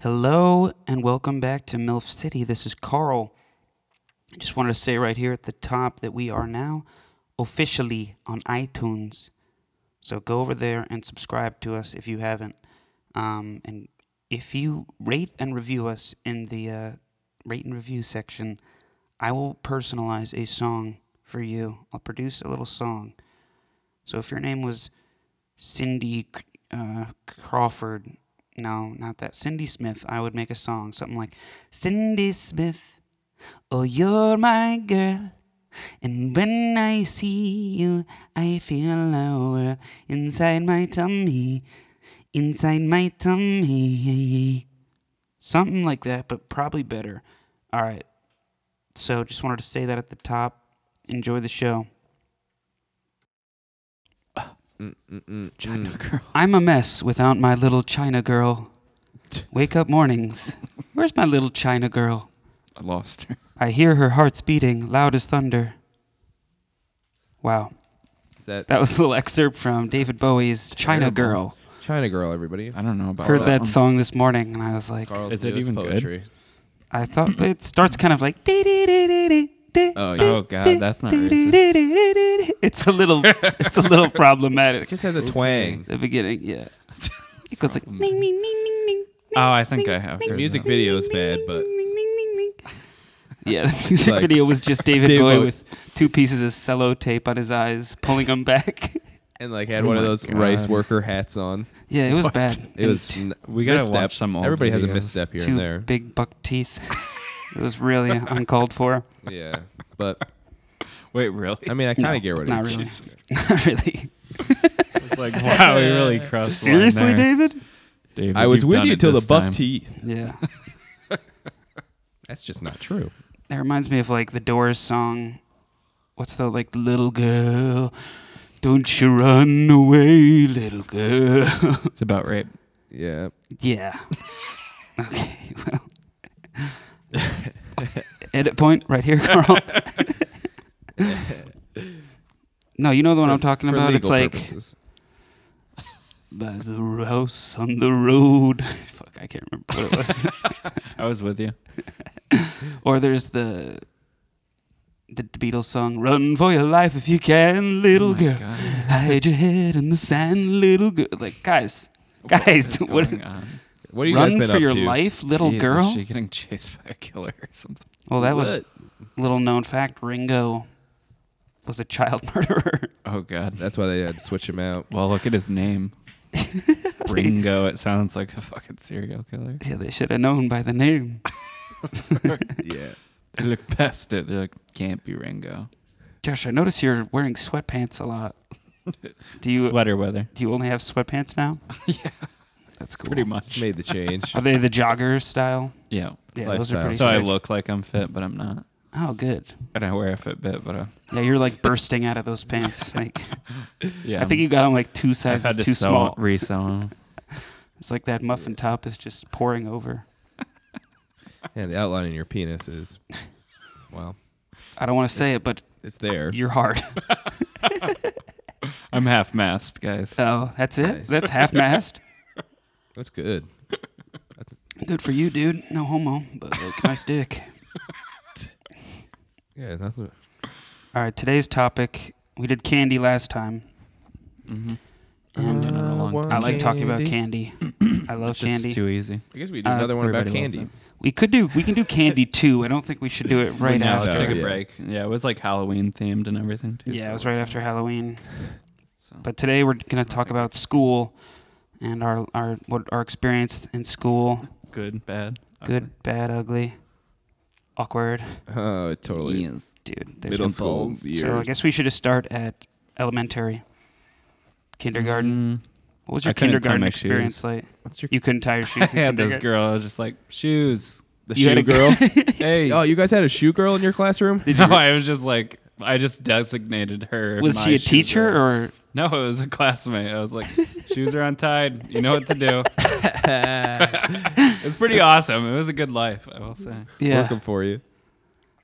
Hello and welcome back to MILF City. This is Carl. I just wanted to say right here at the top that we are now officially on iTunes. So go over there and subscribe to us if you haven't. Um, and if you rate and review us in the uh, rate and review section, I will personalize a song for you. I'll produce a little song. So if your name was Cindy C- uh, Crawford, no, not that. Cindy Smith, I would make a song, something like Cindy Smith, oh, you're my girl. And when I see you, I feel a world inside my tummy, inside my tummy. Something like that, but probably better. All right. So just wanted to say that at the top. Enjoy the show. Mm, China girl. I'm a mess without my little China girl. Wake up mornings. Where's my little China girl? I lost her. I hear her heart's beating loud as thunder. Wow. mm, Is that, That was a little excerpt from David Bowie's China Terrible. Girl. China Girl, everybody? I don't know about Heard that one. song this morning and I was like, Carl's Is it newest even good? poetry. I thought it starts kind of like. dee-dee-dee-dee-dee-dee, Oh, yeah. Oh god, that's not racist. dee-dee-dee-dee-dee-dee. It's a little, it's a little It problematic. just has a twang. The beginning, yeah. It goes like. Ning, ning, ning, ning, ning. Oh, I think I have. The heard music that. video is bad, but Yeah, the music Like- video was just David David Bowie Bowie. with two pieces of cello tape on his eyes, pulling them back. and like had Oh one of my those God. rice worker hats on. yeah, it was bad. It was. And n- We gotta misstep. watch some old Everybody has videos. a misstep here two and there. big buck teeth. it was really uncalled for. Yeah, but Wait, really? I mean, I kind of get what Not it is. really. Not really. It's like, wow, we really crossed. the line Seriously, there. David? David, I was you've with done you it till the this buck time. teeth. Yeah. That's just not true. That reminds me of like the Doors song. What's the like little girl? Don't you run away, little girl. It's about rape. Yeah. yeah. okay. Well. Edit point right here, Carl. no, you know the one I'm talking For about. It's legal like purposes. by the house on the road. Fuck, I can't remember what it was. I was with you. Or there's the the Beatles song "Run for your life if you can, little Oh my girl. God. Hide your head in the sand, little girl." Like guys, guys, What's what? going on? what have you guys Run been for up your to? life, little Jeez, girl. Is she getting chased by a killer or something? well, that was What? little known fact. Ringo was a child murderer. Oh god. That's why they had to switch him out. Well, look at his name. Ringo. It sounds like a fucking serial killer. yeah, they should have known by the name. yeah. They look past it. They're like, can't be Ringo. Josh, I notice you're wearing sweatpants a lot. Do you Sweater weather. do you only have sweatpants now? yeah, That's cool. pretty Just much. made the change. Are they the jogger style? Yeah. Yeah, those are Lifestyle. pretty So I sick. look like I'm fit, but I'm not. Oh, good. And I wear a Fitbit, but I, Yeah, you're like bursting out of those pants. Like yeah. I think you got them like two I'm- I've sizes had to too sew- small. Resew them. It's like that muffin top is just pouring over. Yeah, the outline in your penis is. Well, I don't want to say it, but it's there. you're hard. I'm half masked, guys. So that's it. Nice. That's half mast. That's good. Good for you, dude. No homo, but like nice dick. Yeah, that's what. All right, today's topic. We did candy last time, hmm and Uh, I like talking about candy. I love It's just candy. too easy. I guess we do Uh, another one about Everybody loves candy. We could do. We can do candy too. I don't think we should do it it. right We know, now. Let's after. take a Yeah. break. Yeah, it was like Halloween themed and everything too. Yeah, so it was right after Halloween. So. But today we're going to talk about school and our our what our experience in school, good, bad, good, ugly. bad, ugly, awkward, Oh, it totally. Yes. dude. there's Middle no- school balls. years. So I guess we should just start at elementary, kindergarten. Mm. What was your I couldn't tie kindergarten my experience shoes. like? What's your You couldn't tie your shoes. I in had this kindergarten? girl. I was just like shoes. the you had shoe a- girl? Hey. oh, you guys had a shoe girl in your classroom? no, I was just like I just designated her. Was my she a shoes teacher were- or? No, it was a classmate. I was like, shoes are untied. You know what to do. it's pretty awesome. It was a good life, I will say. Yeah, Working for you.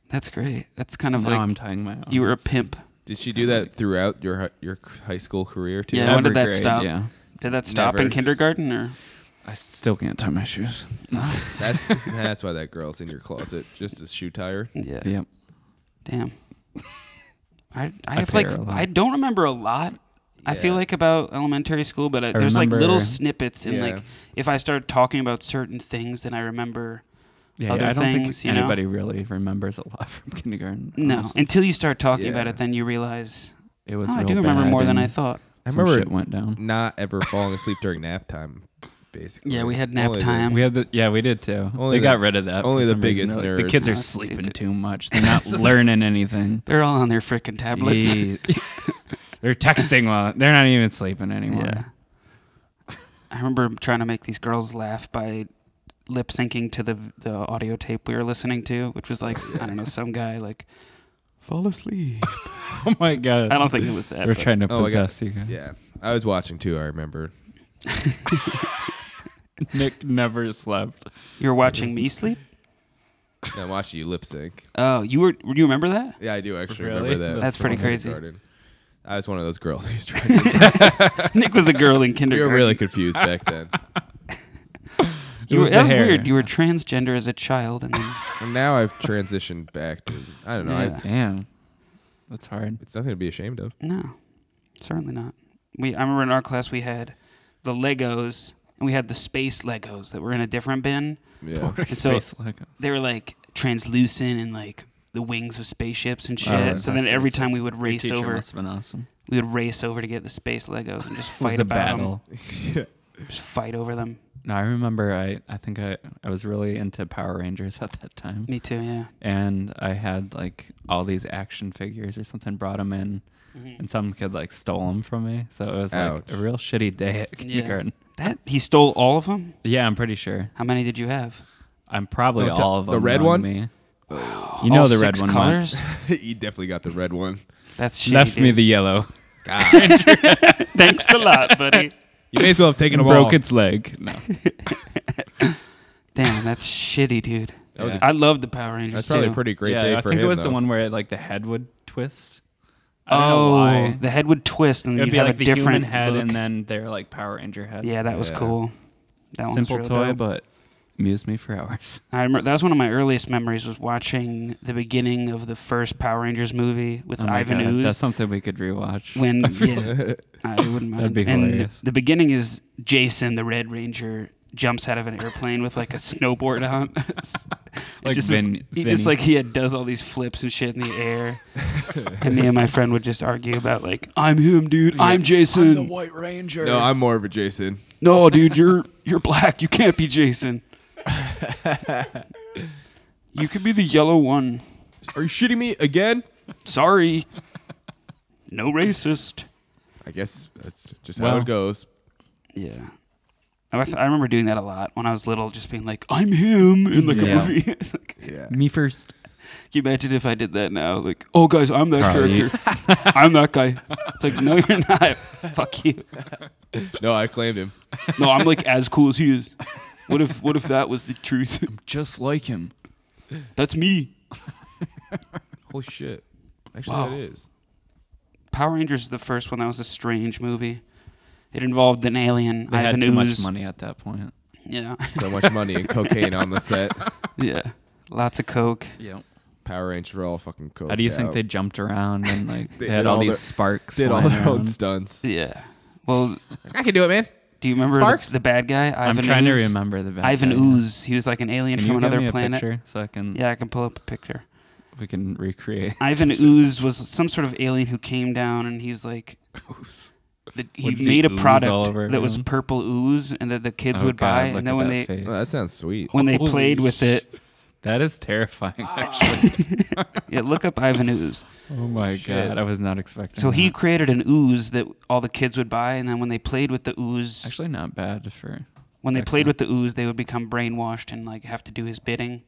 that's great. That's kind of Now like I'm tying my own. you were a pimp. Did she do that throughout your hi- your high school career too? Yeah. Every when did that grade, stop? Yeah. Did that stop in Never. kindergarten or? I still can't tie my shoes. That's that's why that girl's in your closet, just a shoe tire. Yeah. Yep. Damn. I I I have like care a lot. I don't remember a lot. I feel Yeah. like about elementary school, but I, there's like little remember- snippets and Yeah. like if I start talking about certain things, then I remember. Yeah, Other I don't things, you think know? anybody really remembers a lot from kindergarten. No, honestly. until you start talking about Yeah. it, then you realize it was. oh, I real do remember bad more than and I thought. I some remember shit went down. not ever falling asleep during nap time, basically. Yeah, we had nap Only the- time. We had the yeah, we did too. Only they the- got rid of that. for only the some reason. biggest They're like, nerds. The kids are That's sleeping stupid. too much. They're not learning anything. They're all on their freaking tablets. Jeez. they're texting while they're not even sleeping anymore. Yeah. I remember trying to make these girls laugh by lip syncing to the the audio tape we were listening to, which was like I don't know some guy like fall asleep. Oh my god. I don't think it was that. We're but- trying to Oh, I got- possess you guys. Yeah, I was watching too. I remember. Nick never slept. You're watching me sleep. I watched you lip sync. Oh, you were. You remember that? Yeah, I do actually Really? remember that. That's from pretty crazy. kindergarten. I was one of those girls who's trying to. Nick was a girl in We were kindergarten. really confused back then. It You were, was that the was hair. weird. You were transgender as a child, and then And now I've transitioned back to I don't know. Yeah. I, Damn. That's hard. it's nothing to be ashamed of. no, certainly not. We. I remember in our class we had the Legos, and we had the space Legos that were in a different bin. Yeah. Poor So- space Lego. They were like translucent and like the wings of spaceships and shit. Oh, so that's then every pretty time sick. we would Your race teacher over, must have been awesome. we would race over to get the space Legos and just It was fight a about battle. them. Just fight over them. No, I remember I, I think I, I was really into Power Rangers at that time. Me too. Yeah. And I had like all these action figures or something, brought them in, Mm-hmm. and some kid like stole them from me. So it was like Ouch. a real shitty day at kindergarten. That he stole all of them. Yeah, I'm pretty sure. How many did you have? I'm probably Don't tell- all of the them. red knowing one? Me. You know All the red six one. Mike. colors. you definitely got the red one. That's shitty, Left me dude. the yellow. God, Thanks a lot, buddy. you may as well have taken And them broke all. its leg. No. Damn, that's shitty, dude. That was- Yeah. I love the Power Rangers That's probably too. a pretty great yeah, day I for think him. it was though. the one where like the head would twist. I don't know oh, why. the head would twist and It'd you'd be have like a the different human head look. and then their like Power Ranger head. yeah, that was Yeah. cool. That one's simple real toy, dope. but amused me for hours. I remember that was one of my earliest memories was watching the beginning of the first Power Rangers movie with Oh my Ivan God, that's Ooze. something we could rewatch. When yeah, I wouldn't mind. That'd be and hilarious. the beginning is Jason, the Red Ranger, jumps out of an airplane with like a snowboard on. like just- Vin, He Vinny. just like he had does all these flips and shit in the air, and me and my friend would just argue about like I'm him, dude. I'm Jason. White Ranger. No, I'm more of a Jason. no, dude, you're you're black. You can't be Jason. you could be the yellow one. Are you shitting me again? Sorry. No racist. I guess that's just how Well. it goes. Yeah. Oh, I, th- I remember doing that a lot when I was little, just being like, "I'm him" in like Yeah. a movie. It's like, Can Yeah. me first. you imagine if I did that now? Like, "Oh, guys, I'm that Carl, you- character. I'm that guy." It's like, "No, you're not. Fuck you." No, I claimed him. No, I'm like as cool as he is. What if what if that was the truth? Just like him. That's me. Holy shit. Actually, Wow. that is. Power Rangers is the first one that was a strange movie. It involved an alien. They I had an too much ooze. money at that point. Yeah, So much money and cocaine on the set. yeah. Lots of coke. Yeah. Power Rangers were all fucking coke. How do you think they jumped around and like They they, did had all, all these their- sparks? did all flying their own around? stunts? Yeah. Well, I can do it, man. do you remember Sparks? the, the bad guy? Ivan I'm trying Ooze? to remember the bad Ivan guy. Ooze. He was like an alien Can from you give another me a planet. picture so I can Yeah, I can pull up a picture. we can recreate? Ivan Ooze was some sort of alien who came down and he's like the, he What did he made a ooze all product over that was everyone? purple ooze and that the kids Oh, would God, buy look and then at when that they face. Oh, that sounds sweet. when they Holy played with sh- it that is terrifying. Ah, actually. yeah, look up Ivan Ooze. Oh my Shit. god, I was not expecting. So he that. created an ooze that all the kids would buy, and then when they played with the ooze, actually not bad for. when they played excellent. with the ooze, they would become brainwashed and like have to do his bidding.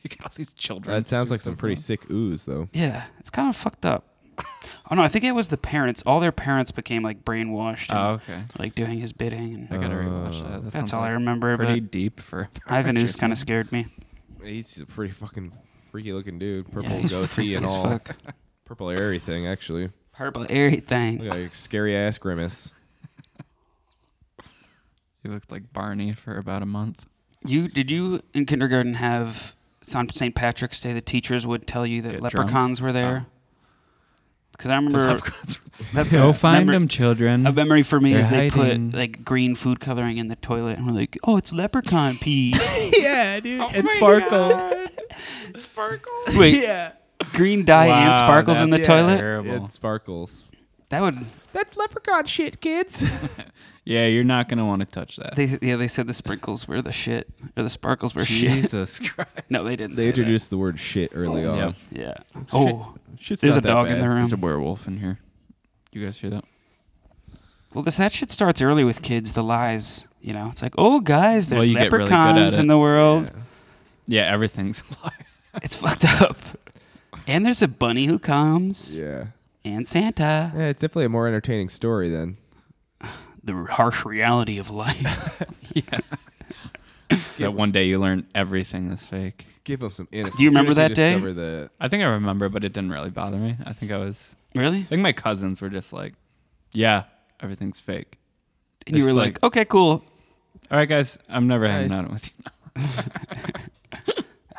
You got all these children. That to sounds do like some stuff pretty with. sick ooze, though. Yeah, it's kind of fucked up. oh no, I think it was the parents. All their parents became like brainwashed, and, Oh okay, like doing his bidding. I And gotta Uh, rewatch that. that that's sounds all I like remember. Pretty But deep for. a Ivan Power Ooze kind of Rangers scared me. He's a pretty fucking freaky looking dude. Yeah, Purple he's goatee freaky and as all. fuck. Purple airy thing, actually. Purple airy thing. Look at that scary ass grimace. He looked like Barney for about a month. You did you in kindergarten have on St. Patrick's Day the teachers would tell you that Get drunk. leprechauns were there? Because I The remember leprechauns were- that's Go a find memory- them, children. A memory for me They're is they hiding. put like green food coloring in the toilet and we're like, oh, it's leprechaun pee. yeah, dude. Oh it my sparkles. Wait, Yeah. green dye and Wow, sparkles in the that's toilet? Terrible. It sparkles. That would That's leprechaun shit, kids. Yeah, you're not gonna want to touch that. they yeah they said the sprinkles were the shit or the sparkles were shit. Jesus Christ. No, they didn't. they say that. introduced the word shit early on. Yep. Yeah. Oh, Shit's there's not a that dog in bad. the There's a room. werewolf in here. You guys hear that? Well, this that shit starts early with kids. The lies, you know. It's like, oh, guys, there's Well, you get really good at leprechauns it. in the world. Yeah, everything's a lie. It's fucked up. And there's a bunny who comes, Yeah. and Santa. Yeah, it's definitely a more entertaining story then. The harsh reality of life. yeah. that one day you learn everything is fake. Give them some innocence. Do you remember As soon as that you day? discover the- I think I remember, but it didn't really bother me. I think I was. really? I think my cousins were just like, "Yeah, everything's fake." And you It's were like, like- okay, cool. All right, guys, I'm never hanging Nice. out with you.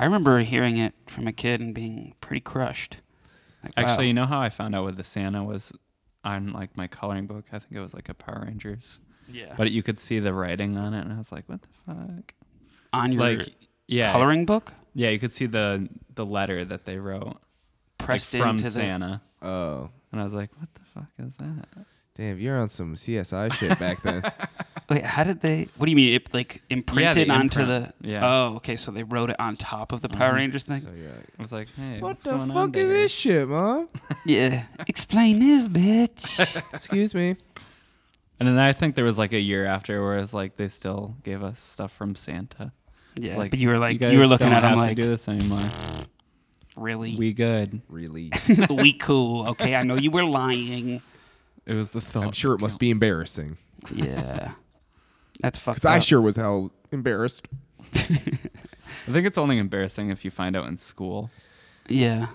I remember hearing it from a kid and being pretty crushed. Like, wow. Actually, you know how I found out what the Santa was on like my coloring book? I think it was like a Power Rangers, yeah. but you could see the writing on it, and I was like, "What the fuck?" on your Like, yeah, coloring book, yeah, you could see the the letter that they wrote like, pressed from into the. Santa, Oh. and I was like, "What the fuck is that?" Damn, you're on some CSI shit back then. Wait, how did they? What do you mean? It, like imprinted onto imprint. the. Yeah. Oh, okay. So they wrote it on top of the Power Mhm. Rangers thing. so you're like, I was like, "Hey, what what's the going on fuck is there?" this shit, mom? yeah. Explain this, bitch. Excuse me. And then I think there was like a year after where it's like they still gave us stuff from Santa. It's Yeah. like, but you were like, you, guys were looking don't at him have like, to do this anymore. really? We good. Really? we cool. Okay, I know you were lying. It was the thought. I'm sure it must be embarrassing. Yeah, that's fucked Because I up. sure was hell embarrassed. I think it's only embarrassing if you find out in school. yeah,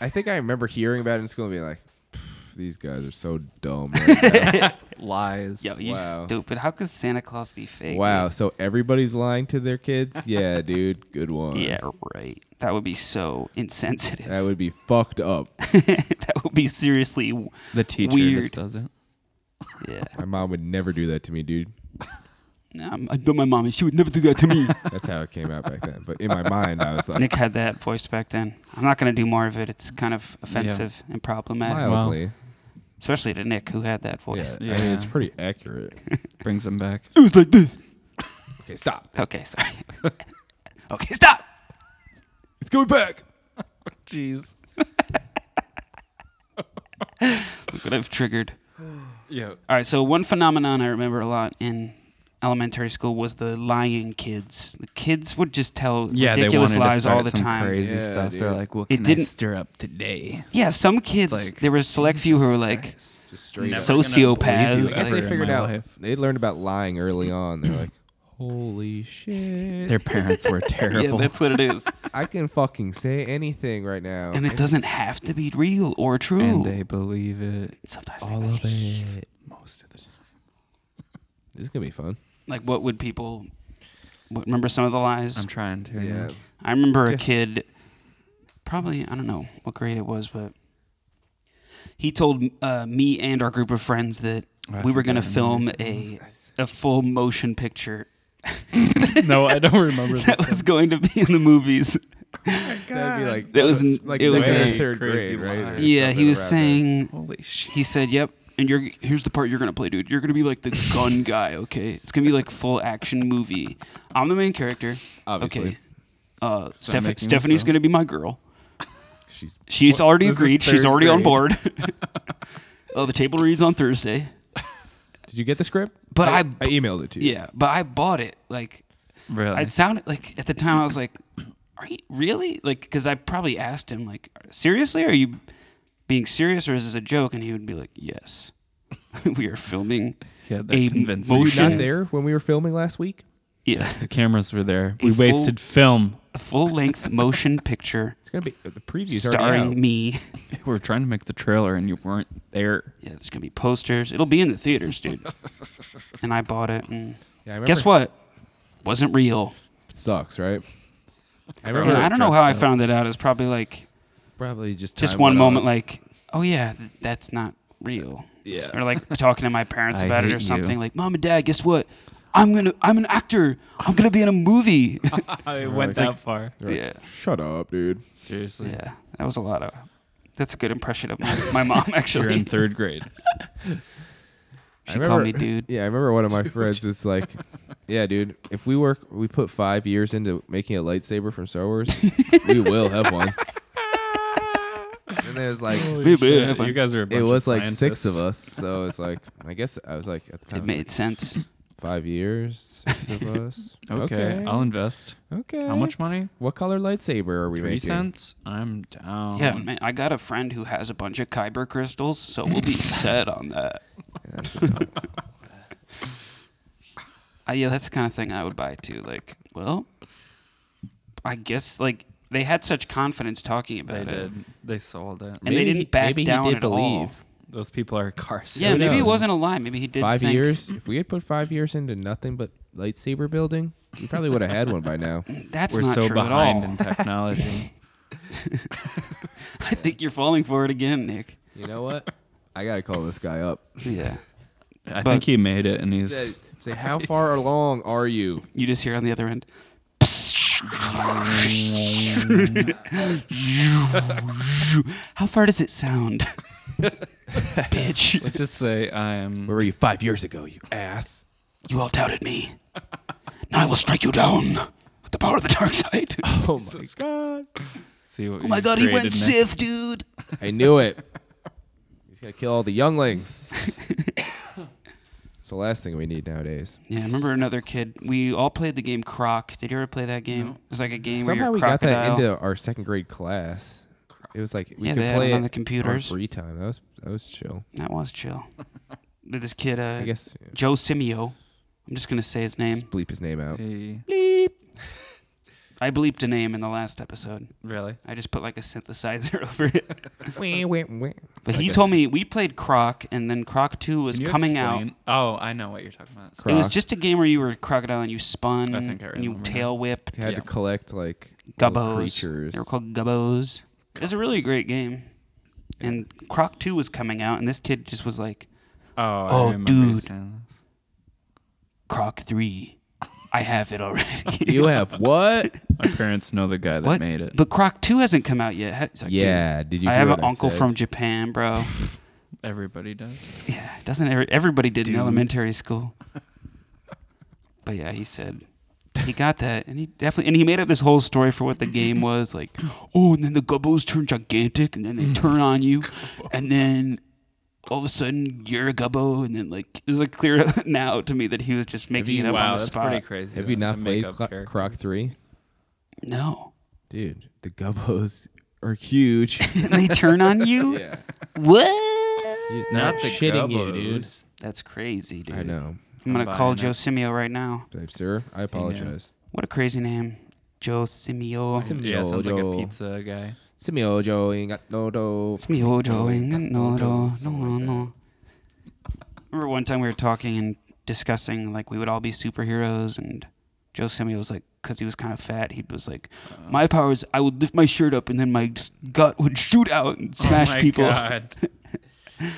I think I remember hearing about it in school and being like, "Pff, these guys are so dumb. Right Lies. yo, you Wow. stupid. How could Santa Claus be now." fake? wow. So everybody's lying to their kids? Yeah, dude. Good one. Yeah, right. That would be so insensitive. That would be fucked up. that would be seriously. w- The teacher Weird. just does it. Yeah, My mom would never do that to me, dude. um, I know my mom, and she would never do that to me. That's how it came out back then. But in my mind, I was like, Nick had that voice back then. I'm not gonna do more of it. It's kind of offensive and problematic, Wow. mildly. especially to Nick, who had that Yeah, voice. I mean, Yeah. it's pretty accurate. Brings them back. It was like this. Okay, stop. Okay, sorry. okay, stop. It's going back. Jeez. Look what I've triggered. Yeah. All right, so one phenomenon I remember a lot in elementary school was the lying kids. The kids would just tell Yeah, ridiculous they wanted to lies start all the some time. crazy Yeah, stuff. dude. They're like, "What It can didn't- I stir up today?" Yeah, some kids. like, there were a select few who were like, Christ. Just straight Never up. gonna believe sociopaths. you As Like, ever. they in figured my out, life. they learned about lying early on. They're like, holy shit. Their parents were yeah, terrible. that's what it is, I can fucking say anything right now. and it doesn't have to be real or true. and they believe it. Sometimes they All of believe. it. Most of the time. This is gonna be fun. Like, what would people what, remember? Some of the lies. I'm trying to. Yeah. I remember Just- a kid, probably I don't know what grade it was, but he told uh, me and our group of friends that Oh, I we were think I going to remember film this. a a full motion picture no, I don't remember that was going to be in the movies. So that'd be like That was- s- like it was second a or third crazy grade, right? Or lie. Yeah, something he was around saying Holy shit. he said, "Yep." And you're here's the part you're gonna play, dude. You're gonna be like the gun guy, okay? It's gonna be like full action movie. I'm the main character, that. Obviously, okay? Uh, Stop Steph- making this Stephanie's up. gonna be my girl. she's She's Well, already this is agreed. She's third already on grade. board. oh, the table reads on Thursday. Did you get the script? But I- I emailed it to you. Yeah, but I bought it. Like Really? I sounded like at the time I was like, "Are you really?" Like because I probably asked him like, "Seriously, are you being serious or is this a joke?" And he would be like, "Yes, we are filming." yeah, a they're convincing. Were you motion- not Yes. there when we were filming last week? Yeah, The cameras were there. A we full- wasted film. a full length motion picture It's gonna be uh, the preview's already out. starring me. We were trying to make the trailer and you weren't there. Yeah, there's gonna be posters. It'll be in the theaters, dude. and I bought it, and Yeah, I remember Guess what? Wasn't real. Sucks, right? I And remember. I don't know how I uh, found it out. It's probably like Probably just just time one went moment, on. like, oh yeah, th- that's not real. Yeah. Or like talking to my parents I about it hate or you. something. Like, mom and dad, guess what? I'm gonna I'm an actor. I'm gonna be in a movie. I went went that that far. They're like, yeah, Shut up, dude. Seriously. yeah. That was a lot of. That's a good impression of my, my mom You're actually. in third grade. I she called me dude. Yeah, I remember one of my friends was like, "Yeah, dude, if we work, we put five years into making a lightsaber from Star Wars, we will have one." And it was like, Maybe I have you one. guys are a bunch it of was like six scientists. of us, so it's like, I guess I was like at the time It it was like, made sense. five years, six of us. Okay, I'll invest. okay. How much money? What color lightsaber are we Three making? cents? I'm down. Yeah, man, I got a friend who has a bunch of kyber crystals, so we'll be set on that. That's about- I, yeah, that's the kind of thing I would buy too. Like, well, I guess like they had such confidence talking They about it, did. They sold it. and they Maybe he- didn't back maybe he down did at believe. all. Those people are cars. Yeah, Who maybe it knows? wasn't a lie. Maybe he did five think, years. If we had put five years into nothing but lightsaber building, we probably would have had one by now. That's We're not so true behind at all. in technology. I think you're falling for it again, Nick. You know what? I gotta call this guy up. Yeah, I But- think he made it, and he's. Say, say how far along are you? you just hear on the other end. How far does it sound, bitch? Let's just say I'm. Where were you five years ago, you ass? You all doubted me. Now I will strike you down with the power of the dark side. Oh Oh my god! See what my you've god, he created went next. Sith, dude. I knew it. He's gonna kill all the younglings. it's the last thing we need nowadays. Yeah, I remember another kid. We all played the game Croc. Did you ever play that game? It was like a game Somehow where we you're a crocodile. got that into our second grade class. It was like we Yeah, could they had play them on it the computers. free time. That was that was chill. That was chill. But this kid, uh, I guess yeah, Joe Simeo. I'm just gonna say his name. just bleep his name out. He- Bleep. I bleeped a name in the last episode. really? I just put like a synthesizer over it. But But he told me we played Croc, and then Croc Two was Can you coming out. explain- Oh, I know what you're talking about. It was Croc. just a game where you were a crocodile and you spun I think I and you remember now. tail whipped you had to Yeah. collect like little gubbos. creatures. They were called gubbos. It was a really great game. And Croc 2 was coming out, and this kid just was like, Oh, I Oh, remember you dude. saying this. Croc 3, I have it already. you have what? My parents know the guy that What? made it. But Croc 2 hasn't come out yet. Ha- it's like, dude, yeah, did you? I hear have an what I uncle said? from Japan, bro. Everybody does. yeah, doesn't every, everybody did Dude. in elementary school? But yeah, he said he got that, and he definitely and he made up this whole story for what the game was like. Oh, and then the gubbos turn gigantic, and then Mm. they turn on you, and then all of a sudden you're a gubbo, and then like it was like clear now to me that he was just making it up on wow, the that's spot. pretty crazy. Have you to not make played up Cro- characters. Croc Three? No, Dude, the gubbos are huge. and they turn on you. yeah. What? He's Not not, the shitting you, dude. gubbos. That's crazy, dude. I know. I'm I'm gonna call buying Joe it. Simeo right now. Babe, sir, I apologize. What a crazy name, Joe Simeo. Yeah, sounds like a Jojo. pizza guy. Oh Simiojo ain't got no dough. It's me old Joey, got no, no, no, Something no, like no. Remember one time we were talking and discussing like we would all be superheroes, and Joe Samuel was like, because he was kind of fat, he was like, Uh-huh. "My power is I would lift my shirt up and then my s- gut would shoot out and smash oh my people." God. that.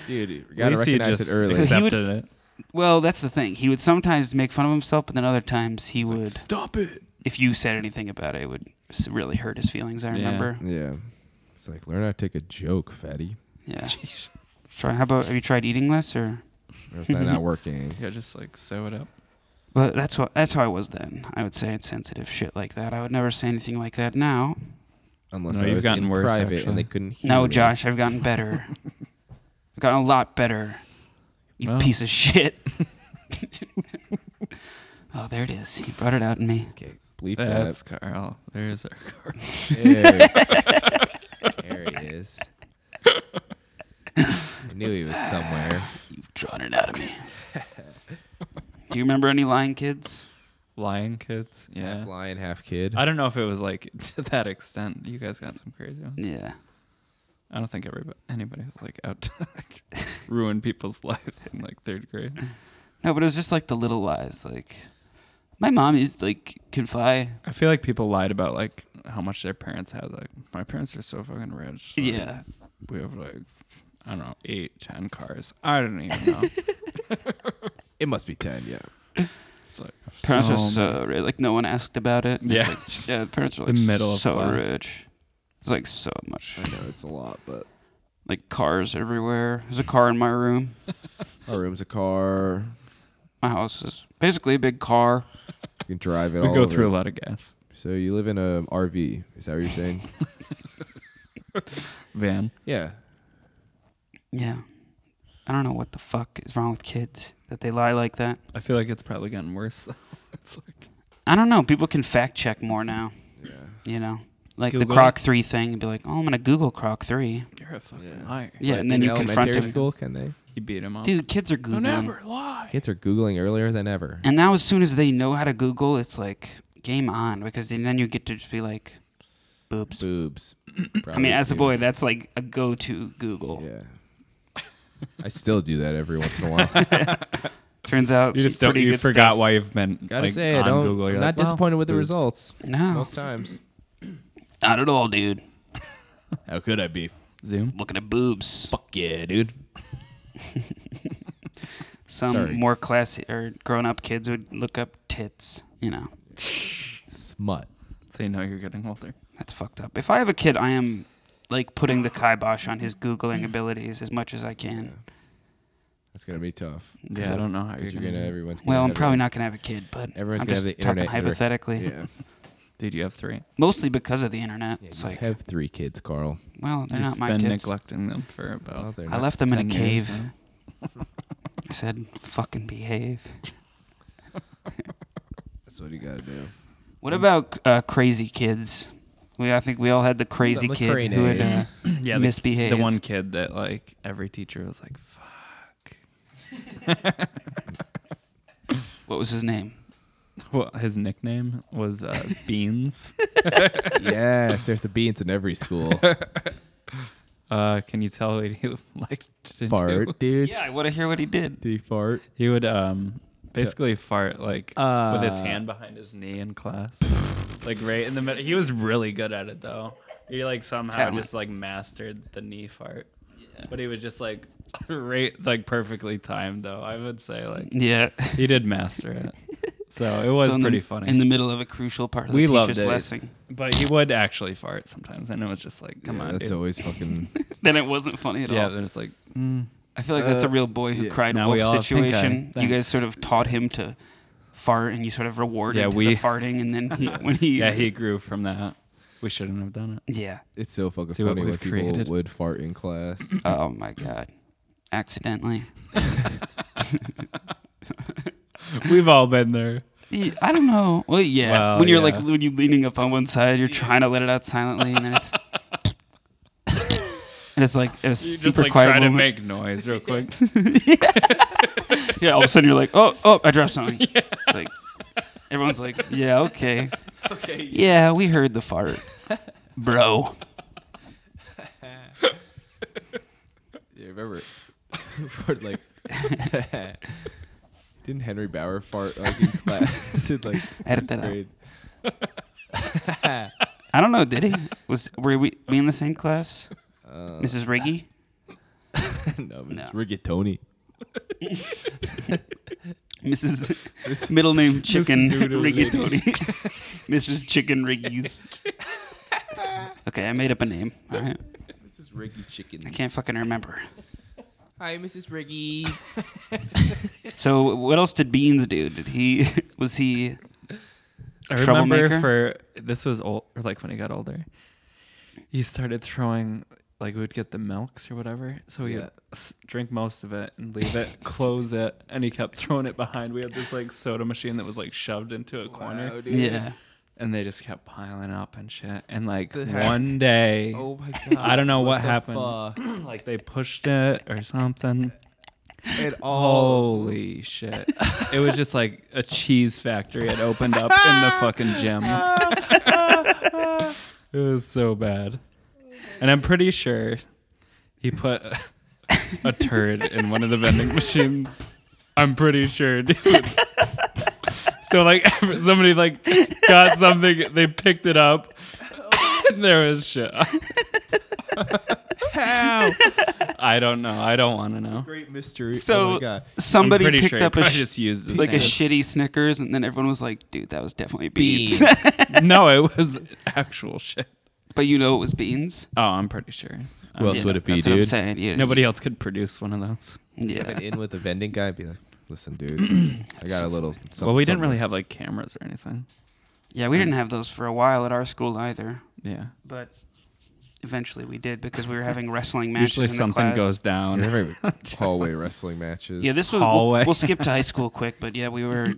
Dude, you At gotta least he recognize just it early. So he would- accepted it. Well, that's the thing. He would sometimes make fun of himself, but then other times he would, Stop it. if you said anything about it, it would s- really hurt his feelings. I Yeah. remember. yeah. It's like, learn how to take a joke, fatty. Yeah. Jeez. Try. How about have you tried eating less or? Or it's not, not working. Yeah, just like sew it up. But that's what that's how I was then. I would say insensitive shit like that. I would never say anything like that now. Unless No, I you've was gotten in worse, private actually. and they couldn't hear No, me. Josh, I've gotten better. I've gotten a lot better. You Well. piece of shit. oh, there it is. He brought it out in me. Okay, bleep That's Carl. There's our Carl. that. There's- there he is. I knew he was somewhere. You've drawn it out of me. Do you remember any lying kids? Lion kids. Yeah. Half lion, half kid. I don't know if it was like to that extent. You guys got some crazy ones. Yeah. I don't think everybody, anybody was like out to like ruin people's lives in like third grade. No, but it was just like the little lies, like My mom is like can fly. I feel like people lied about like how much their parents had. Like my parents are so fucking rich. like, Yeah. we have like I don't know eight, ten cars. I don't even know. It must be ten. Yeah. it's like Parents so are so rich. Like no one asked about it. It's Yeah. like, yeah. Parents are The like middle of so class. rich. It's like so much. I know it's a lot, but Like cars everywhere. There's a car in my room. our room's a car. My house is basically a big car. You can drive it. We all go over. through a lot of gas. So you live in a RV. Is that what you're saying? Van. yeah. Yeah. I don't know what the fuck is wrong with kids that they lie like that. I feel like it's probably gotten worse. it's like I don't know. People can fact check more now. Yeah. You know, like the Google it? Croc Three thing, and be like, "Oh, I'm gonna Google Croc 3. you're a fucking Yeah. liar. Yeah, But and then in you confront elementary them. school. Can they? You beat him up. Dude, kids are don't googling. ever lie. Kids are googling earlier than ever. And now, as soon as they know how to Google, it's like game on because then then you get to just be like, boobs. Boobs. I mean, as a boy, that's like a go-to Google. Yeah. I still do that every once in a while. Turns out, You some just don't, pretty you good forgot stuff. why you've been Gotta like, say, on I don't. Google. I'm You're not like, well, disappointed with the boobs. results No, most times. not at all, dude. How could I be? Zoom. Looking at boobs. Fuck yeah, dude. Some Sorry. more classy or grown-up kids would look up tits. You know, Smut. So you know you're getting older. that's fucked up. If I have a kid, I am like putting the kibosh on his googling abilities as much as I Yeah. can. That's gonna be tough. Yeah, I don't know how you're, Because you're gonna do- everyone's. Gonna Well, I'm have probably it. not gonna have a kid, but Everyone's I'm gonna just have the talking internet interact- hypothetically, Yeah. Dude, you have three. mostly because of the internet. Yeah, it's you like, have three kids, Carl. Oh, well, they're You've not my been kids. neglecting them for about. they're I left them in a 10 years cave. now. I said, "Fucking behave." That's what you gotta do. What about uh, crazy kids? We, I think we all had the crazy Some kid who had uh, cranes. yeah, the, misbehaved. the one kid that like every teacher was like, "Fuck." What was his name? Well, his nickname was uh, Beans. yes, there's the beans in every school. Uh, can you tell what he liked to do? fart, dude. Yeah, I want to hear what he did. Did he fart? He would um basically fart like with his Uh. hand behind his knee in class, like right in the middle. He was really good at it though. He like somehow Talent. just like mastered the knee fart, but he was just like right like perfectly timed though. I would say like Yeah, he did master it, so it was So in the- pretty funny. In the middle of a crucial part of We the loved teacher's it. lesson, but he would actually fart sometimes, and it was just like, come Yeah, on, that's dude. always fucking. then it wasn't funny at yeah, all. then it's like, mm, I feel like that's a real boy who yeah. cried Now wolf we all have pink eye. situation. You guys Thanks. sort of taught him to fart, and you sort of rewarded Yeah, we- the farting, and then he, when he mm. yeah, he grew from that. We shouldn't have done it. yeah. It's so fucking See what funny we've when people created. would fart in class. Oh my god, accidentally. We've all been there. Yeah, I don't know. Well, yeah. Well, when you're yeah. like when you're leaning up on one side, you're trying to let it out silently, and then it's and it's like a You super just like quiet try to moment. make noise real quick. yeah, all of a sudden you're like, oh, oh, I dropped something. Like everyone's like, yeah, okay, okay, yeah, we heard the fart, bro. Yeah, remember? fart like. Didn't Henry Bauer fart like in class? in, like Edit first that out. grade? I don't know. Did he was were we, we in the same class? Uh, Mrs. Riggy. no, Miss No. Rigatoni. Mrs. Middle name Chicken Noodle Rigatoni. Mrs. Chicken Riggies. okay, I made up a name. All right. Mrs. Riggy Chicken. I can't fucking remember. Hi, Mrs. Riggy. So what else did Beans do? Did he was he I remember Troublemaker? for this was old, or like when he got older, he started throwing like we would get the milks or whatever. So he Yeah. would s- drink most of it and leave it, close it, and he kept throwing it behind. We had this like soda machine that was like shoved into a Oh, corner, Yeah. and they just kept piling up and shit. And like The heck? one day, Oh my god. I don't know what, the happened. fuck? like they pushed it or something. It all. Holy shit. Oh. It was just like a cheese factory had opened up in the fucking gym. it was so bad. And I'm pretty sure he put a, a turd in one of the vending machines. I'm pretty sure, dude. So like somebody like got something, they picked it up. and there was shit. How? I don't know. I don't want to know. Great mystery. oh my So God. somebody I'm pretty picked sure up he a probably sh- just used the like a sand. shitty Snickers, and then everyone was like, "Dude, that was definitely beans." Beans. no, it was actual shit. but you know it was beans. Oh, I'm pretty sure. Um, Who else Yeah, would it be, that's What I'm dude? saying. Yeah, Nobody else could produce one of those. Yeah. Went in with a vending guy, and be like, listen, dude, I got a little. Something, well, we didn't really have like cameras or anything. Yeah, we didn't have those for a while at our school either, Yeah. but eventually we did because we were having wrestling matches. Usually in the something class. goes down. Every hallway wrestling matches. Yeah, this was. We'll, hallway. we'll skip to high school quick, but yeah, we were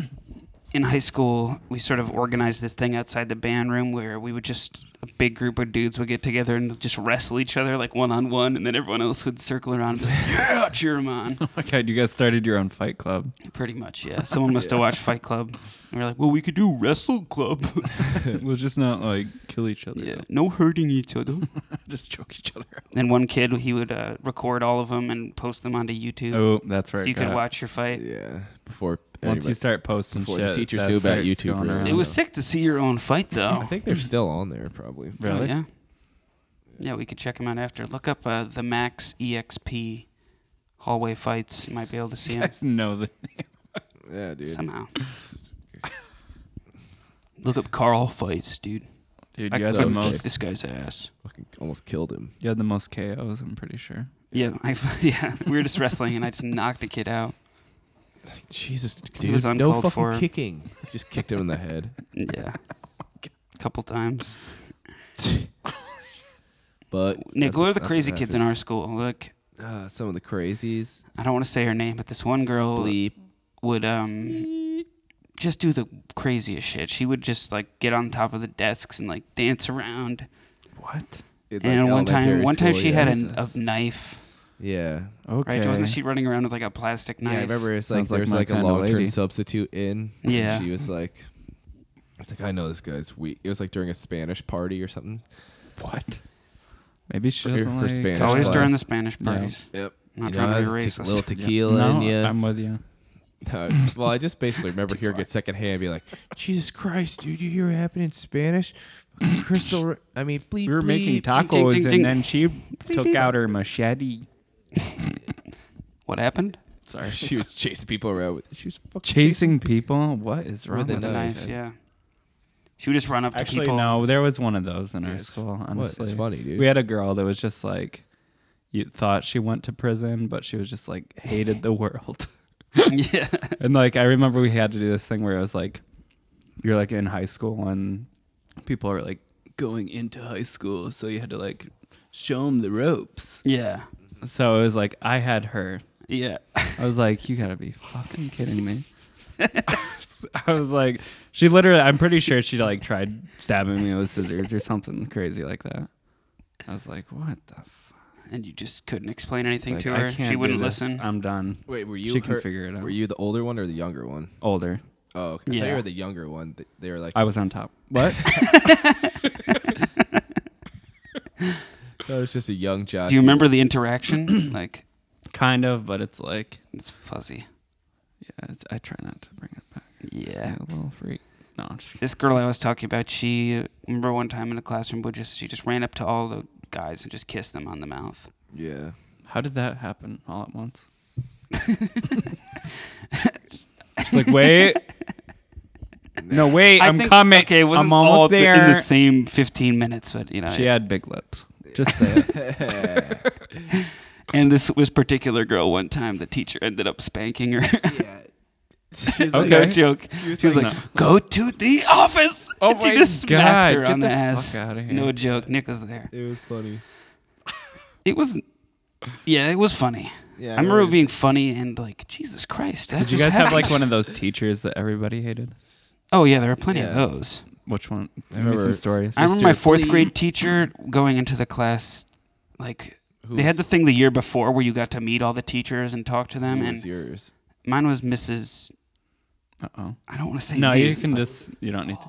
in high school. We sort of organized this thing outside the band room where we would just a big group of dudes would get together and just wrestle each other like one on one, and then everyone else would circle around and be like, yeah, cheer 'em on. Oh my god, you guys started your own fight club. Pretty much, yeah. Someone must have watched Fight Club. And we're like, well, we could do Wrestle Club. we'll just not like kill each other. yeah, no hurting each other. just choke each other out. And one kid, he would uh, record all of them and post them onto YouTube, Oh, that's right. so you could watch your fight. Yeah. Before. Once anybody- you start posting before the shit, teachers that knew about starts YouTube, going right? around. It was sick to see your own fight, I though. think they're still on there, Oh, probably. really. yeah. Yeah, we could check him out after. Look up uh, the Max EXP hallway fights. You might be able to see You him guys know the name. Yeah, dude. somehow. Look up Carl fights, dude. Dude, I you had, so the could sick. kick most, this guy's ass. Fucking almost killed him. you had the most KOs, I'm pretty sure. Yeah, I, yeah. We were just wrestling, and I just knocked a kid out. Jesus, dude. was no uncalled fucking for. kicking. Just kicked him in the head. Yeah, a couple times. But Nick, that's what what- are the that's what crazy kids in our happens. school? Look, Uh, some of the crazies. I don't want to say her name, but this one girl Bleep. would um just do the craziest shit. She would just like get on top of the desks and like dance around. What? It, and like, one time, elementary one time school, she yeah. had a, Jesus. a knife. Yeah. Okay. Right? Wasn't she running around with like a plastic knife? Yeah, I remember it's like Sounds there like was my like a kinda long term lady. substitute in. and Yeah. She was like, I was like, I know this guy's weak. It was like during a Spanish party or something. What? Maybe she For- doesn't for like Spanish It's always class. during the Spanish Yeah. parties. Yep. Not trying to be racist. little Yeah. tequila no, in ya. I'm with you. Uh, well, I just basically remember hearing it secondhand, be like, "Jesus Christ, dude! You hear what happened in Spanish? Fucking Crystal, Ri- I mean, bleep, We were making bleep." jing, jing, tacos, jing, jing. and then she took out her machete. What happened? Sorry. She was chasing people around with. She was fucking Chasing people? What is wrong With a with The No, this knife, kid? yeah. She would just run up to Actually, people. no. There was one of those in our it's- school. What? Honestly, It's funny, dude. we had a girl that was just like, you thought she went to prison, but she was just like hated the world. yeah. and like, I remember we had to do this thing where it was like, you're like in high school and people are like going into high school, so you had to like show them the ropes. Yeah. So it was like I had her. Yeah. I was like, you gotta be fucking kidding me. I was like, she literally, I'm pretty sure she like tried stabbing me with scissors or something crazy like that. I was like, what the fuck? And you just couldn't explain anything Like, to I her. can't She do wouldn't this. listen. I'm done. Wait, were you? she can her- figure it out. Were you the older one or the younger one? Older. Oh, okay. I thought Yeah. you were the younger one. Th- They were like, I was on top. What? that was just a young Josh. do you remember the interaction? like, kind of, but it's like, it's fuzzy. yeah, it's, I try not to bring it back. It's Yeah. a little freak. No, I'm just This girl I was talking about, she remember one time in a classroom would just she just ran up to all the guys and just kissed them on the mouth. Yeah. How did that happen all at once? She's like, wait. No, wait, I I'm think- coming. Okay, it wasn't I'm almost all the- there. in the same 15 minutes, but you know. She had big lips. Just say it. And this was particular girl one time the teacher ended up spanking her. She was Okay. no joke. She was, like, like, "Go to the office." Oh And she my just smacked God, her get on the, the fuck ass. outta here. No joke. Nick was there. It was funny. It was, yeah, it was funny. Yeah, I I remember it remember being funny and like Jesus Christ. That Did you just guys have like happened. one of those teachers that everybody hated? Oh yeah, there were plenty of Yeah. those. Which one? I Give me some remember- stories. I remember my Sister, fourth please. grade teacher going into the class, like Who they had was- the thing the year before where you got to meet all the teachers and talk to them. It and was yours. mine was Mrs. Uh oh. I don't want to say No, you names, can but- just. You don't need to.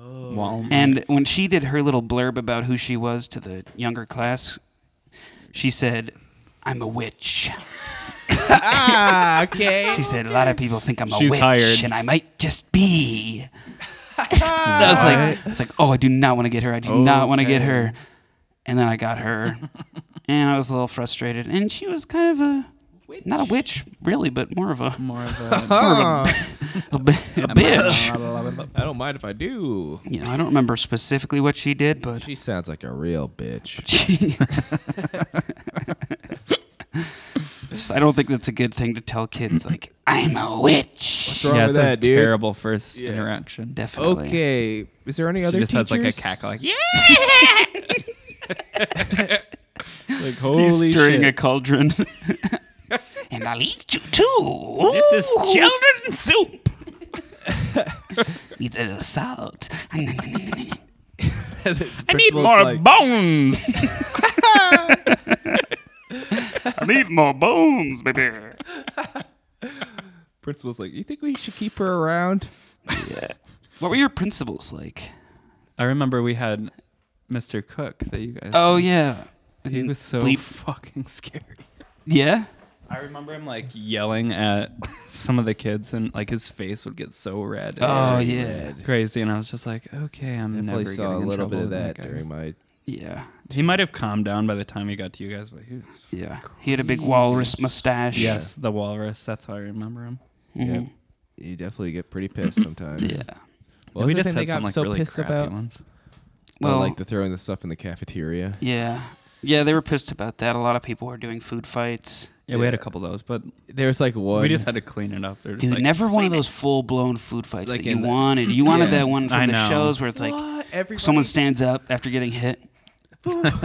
Oh. And when she did her little blurb about who she was to the younger class, she said, "I'm a witch." ah, okay. She said, "A lot of people think I'm a She's witch, hired. and I might just be." And I was like, I was like, "Oh, I do not want to get her. I do not want to get Okay. her." And then I got her, and I was a little frustrated. And she was kind of a not a witch, really, but more of a More of a Ah, a, bi- a bitch. I don't mind if I do. You know, I don't remember specifically what she did, but She sounds like a real bitch. she. Just- I don't think that's a good thing to tell kids. Like, I'm a witch. wrong yeah, with it's a that, dude? terrible first Yeah. interaction. Definitely. Okay. Is there any She other just has like a teachers? cackle, like yeah. like holy He's stirring a shit! cauldron. and I'll eat you too. this is children's soup. Eat a little salt. I need Principal's more like- bones. I need more bones, baby. Principal's like, you think we should keep her around? What were your principles like? I remember we had Mr. Cook that you guys. Oh yeah, he was so bleep. fucking scary. yeah. I remember him like yelling at some of the kids, and like his face would get so red. Oh yeah, crazy. And I was just like, okay, I'm Definitely never saw a getting in little bit trouble of with that, guy. during my. yeah, He might have calmed down by the time he got to you guys, but he was yeah. He had a big walrus mustache. yes, the walrus. That's how I remember him. Mhm. Mm-hmm. You definitely get pretty pissed sometimes. yeah. What was the we just thing they got had some like so really pissed crappy about? ones. Well, Well, like the throwing the stuff in the cafeteria. yeah, yeah. They were pissed about that. A lot of people were doing food fights. Yeah, we had a Yeah. couple of those, but There was like one. we just had to clean it up. They're just Dude, like, never one of those full blown food fights Like that you in the- wanted. You wanted Yeah. that one I from the know. shows where it's like What? Everybody- someone stands up after getting hit. food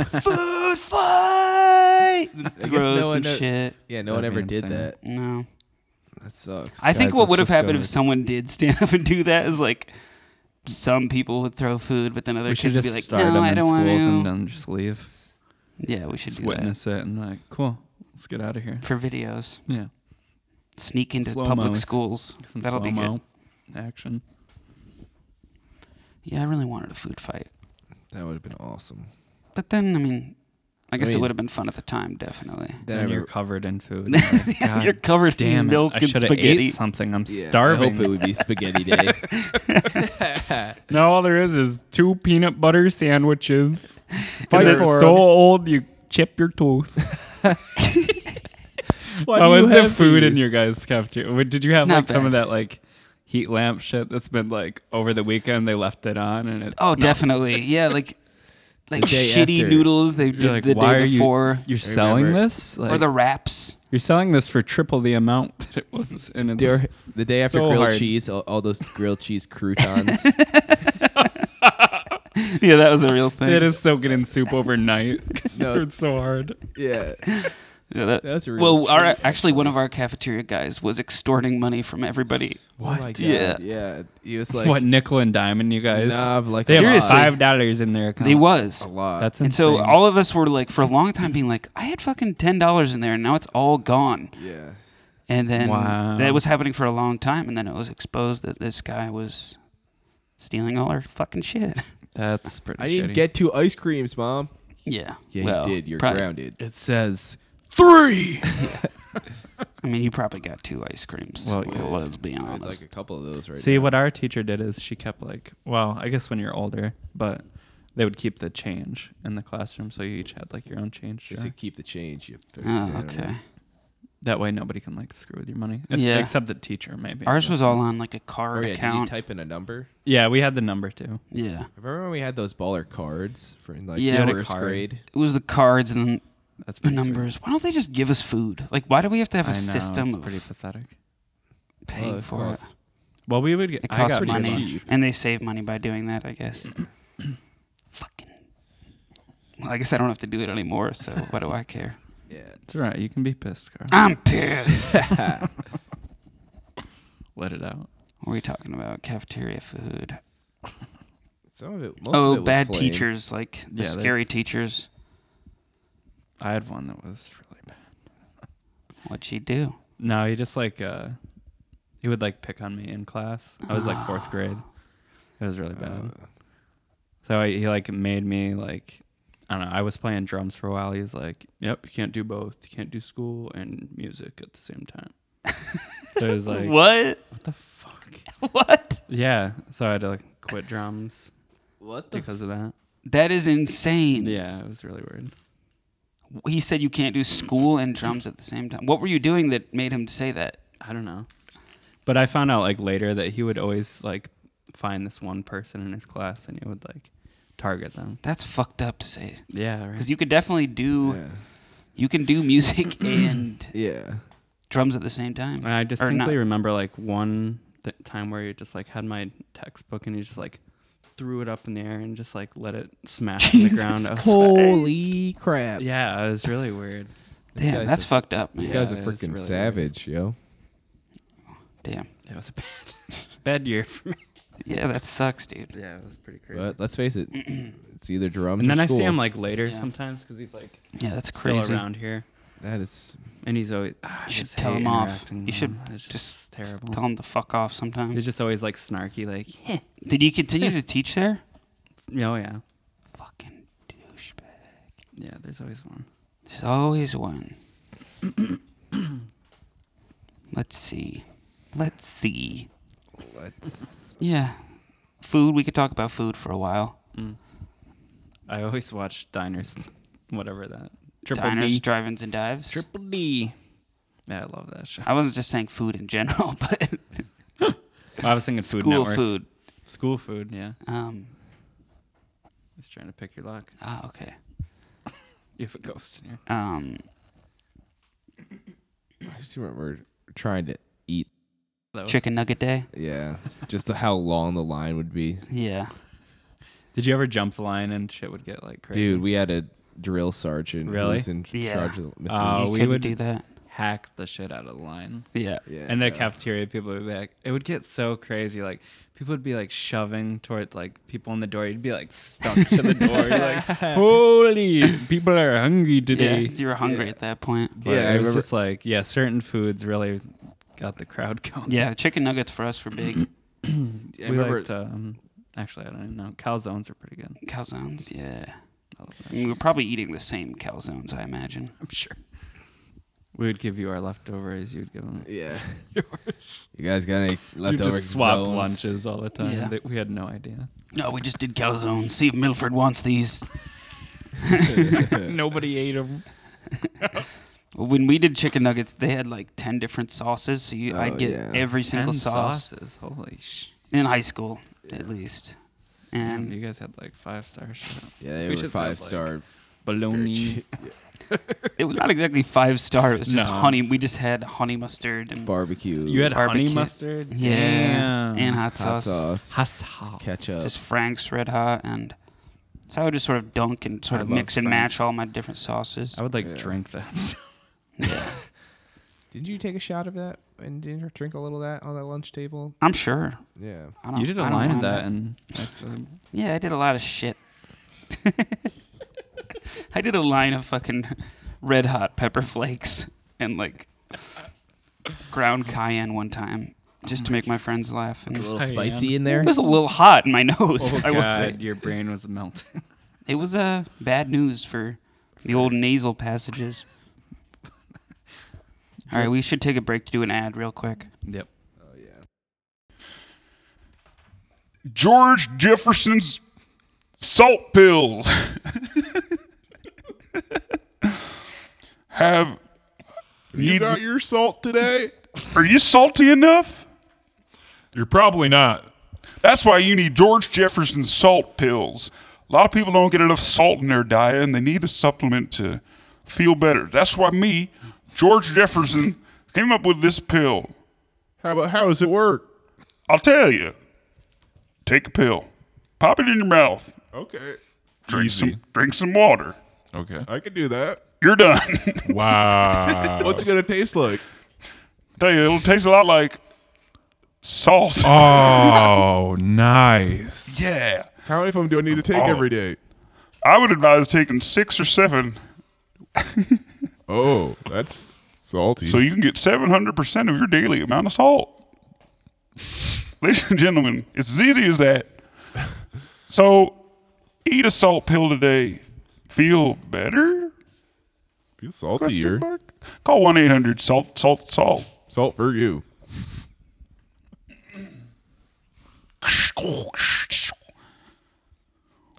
fight. Throws some shit. Yeah, no one That'd ever be did insane. that. No. That sucks. I think Guys, what let's would have just go happened if with- someone did stand up and do that is like some people would throw food, but then other we should kids would just be like, start them "No, I in don't want schools and to." then just leave, Yeah, we should just do that witness it, and like, cool, let's get out of here. for videos. Yeah, Sneak into Slow-mo, public it's- schools. some That'll be slow-mo good. action. Yeah, I really wanted a food fight, that would have been awesome. but then I mean, I guess it mean- would have been fun at the time, definitely. Then I and you're remember- covered in food. and you're like, God You're covered damn in it, milk I and shoulda spaghetti. Ate something. I'm Yeah, starving. I hope it would be spaghetti day. Now all there is is two peanut butter sandwiches. Fight and they're for 'em. so old you chip your tooth. Why do How you was there have food in these? your guys' cafeteria? Wait, Did you have Not like some of bad. that like heat lamp shit that's been like over the weekend they left it on and it Oh, definitely. Yeah, like like The day shitty after. noodles they you're did like the why day are before, you you're selling remember. this? Like, or the wraps. you're selling this for triple the amount that it was and it's Dear- the day after So grilled hard. cheese, all, all those grilled cheese croutons. yeah, that was a real thing. they had to soak it in soup overnight 'cause No. it's so hard. yeah, Oh Yeah, that- that's a real. well, our treat, actually one of our cafeteria guys was extorting money from everybody. Oh my What? god. Yeah. Yeah, He was like, what nickel and diamond you guys? Nah, like they have Seriously. five dollars in their account. They was. a lot. That's insane. And so all of us were like for a long time being like, I had fucking ten dollars in there and now it's all gone. yeah. And then Wow. that was happening for a long time and then it was exposed that this guy was stealing all our fucking shit. that's pretty. I didn't shitty. get two ice creams, mom. Yeah. Yeah, Well, you did. You're prob- grounded. It says three. I mean, you probably got two ice creams. Well, Well, yeah. let's be I had like honest. a couple of those right See, now. what our teacher did is she kept like, well, I guess when you're older, but they would keep the change in the classroom, so you each had like your own change Just jar. to keep the change. You thirsty, I oh, don't know. okay. That way, nobody can like screw with your money, If- Yeah. except the teacher maybe. Ours was all on like a Oh, card yeah, did you account. type in a number? Yeah, we had the number too. yeah. Remember when we had those baller cards for in like Yeah. You had a first card. grade? It was the cards and then That's the pretty sweet. numbers. Why don't they just give us food? Like, why do we have to have a I know, system It's of pretty pathetic. paying Oh, it for it? costs- Well, we would get. It I costs got pretty money, lunch. cheap. and they save money by doing that, I guess. Fucking. Well, I guess I don't have to do it anymore. So what do I care? It's all right. You can be pissed, Carl. I'm pissed. what Yeah. Let it out. are we talking about? Cafeteria food. Some of it. Most of it Oh, was bad flame. teachers, like the Yeah, scary that's- teachers. I had one that was really bad. What'd she do? No, he just like uh he would like pick on me in class. I was like Uh, fourth grade. It was really bad. So I, he like made me like I don't know. I was playing drums for a while. He was like, "Yep, you can't do both. You can't do school and music at the same time." so it was like, what? what? the fuck?" What? Yeah. So I had to like quit drums What because of that. That is insane. Yeah, it was really weird. He said you can't do school and drums at the same time. What were you doing that made him say that? I don't know. But I found out like later that he would always like find this one person in his class and he would like target them. That's fucked up to say. Yeah, right. Because you could definitely do Yeah. you can do music and yeah. drums at the same time. And I distinctly not. remember like one th- time where he just like had my textbook and he just like threw it up in the air and just like let it smash on the ground. I was like- Holy crap. yeah, it was really weird. Damn, guy's that's a- fucked up, This man. Yeah, guy's a it's freaking really weird. savage, yo. Damn. It was a bad, bad year for me. Yeah, that sucks, dude. Yeah, it was pretty crazy. But let's face it, it's either drums and or then I school. see him like later Yeah. sometimes because he's like Yeah, that's crazy. still around here. that is And he's always. ah, I You should just tell hate him off. interacting You with should him. It's just just terrible. Tell him to fuck off sometimes. He's just always like snarky, like, "Heh." Did you continue to teach there? oh yeah, Fucking douchebag. yeah. There's always one. There's always one. Let's see. Let's see. Yeah. Food, we could talk about food for a while. Mm. I always watch diners, whatever that triple Diners, D, drive-ins, and dives. triple D. Yeah, I love that show. I wasn't just saying food in general, but Well, I was thinking Food school Network. food. School food. Yeah, I Um, was trying to pick your luck. ah, okay. You have a ghost in here. Um, I just remember trying to eat That was- chicken nugget day. yeah. just how long the line would be. Yeah. Did you ever jump the line and shit would get like crazy? Dude, we had a drill sergeant who Really? was in Yeah. charge of the missiles. Oh, you we couldn't would- do that. hack the shit out of the line. Yeah. yeah, Oh, and the yeah. cafeteria people would be like, it would get so crazy. Like people would be like shoving towards like people on the door. You'd be like stuck to the door. You're like, holy, people are hungry Yeah, today. 'cause you were hungry Yeah. at that point. But Yeah, it I was remember- just like yeah, certain foods really got the crowd going. Yeah, chicken nuggets for us were big. I we remember liked. Um, actually, I don't even know. Calzones are pretty good. Calzones, yeah. I love And we were probably eating the same calzones, I imagine. I'm sure. We would give you our leftovers. You'd give them Yeah. yours. You guys got any We leftover just swap zones? lunches all the time. Yeah. They- We had no idea. No, we just did calzones. See if Milford wants these. Nobody ate them. When we did chicken nuggets, they had like ten different sauces, so you, Oh, I'd get yeah. every single Ten sauce sauces. Holy sh! in high school, at least. Damn, And you guys had like five star shit. Yeah, they We were just had, five like, star. Bologna. it was not exactly five star. It was just No. honey. We just had honey mustard and barbecue. You had honey Barbecue. mustard. yeah, Damn. and hot, hot sauce. sauce, Hot sauce. ketchup. Just Frank's Red Hot, and so I would just sort of dunk and sort I of love mix and Frank's. match all my different sauces. I would like Yeah. drink that. stuff. Did you take a shot of that and did you drink a little of that on that lunch table? I'm sure. Yeah. I don't, You did I a don't line of mind that, and that's good. Yeah, I did a lot of shit. I did a line of fucking red hot pepper flakes and like ground cayenne one time just to Oh make my friends laugh. And It's a little Hi, spicy Ian. in it there. was a little hot in my nose, Oh I will say. God, your brain was melting. It was uh, bad news for the old nasal passages. All right, we should take a break to do an ad real quick. yep. Oh yeah. George Jefferson's salt pills have You got your salt today? Are you salty enough? You're probably not. That's why you need George Jefferson's salt pills. A lot of people don't get enough salt in their diet and they need a supplement to feel better. That's why me, George Jefferson, came up with this pill. How about how does it work? I'll tell you. Take a pill. Pop it in your mouth. Okay. Drink some drink some water. Okay. I can do that. You're done. Wow. What's it gonna taste like? tell you, it'll taste a lot like salt. Oh, nice. Yeah. How many of them do I need to take Oh. every day? I would advise taking six or seven Oh, that's salty. so you can get 700% of your daily amount of salt. Ladies and gentlemen, it's as easy as that. So eat a salt pill today. feel better? Feel Question saltier. mark? Call 1 800 SALT SALT SALT. Salt for you.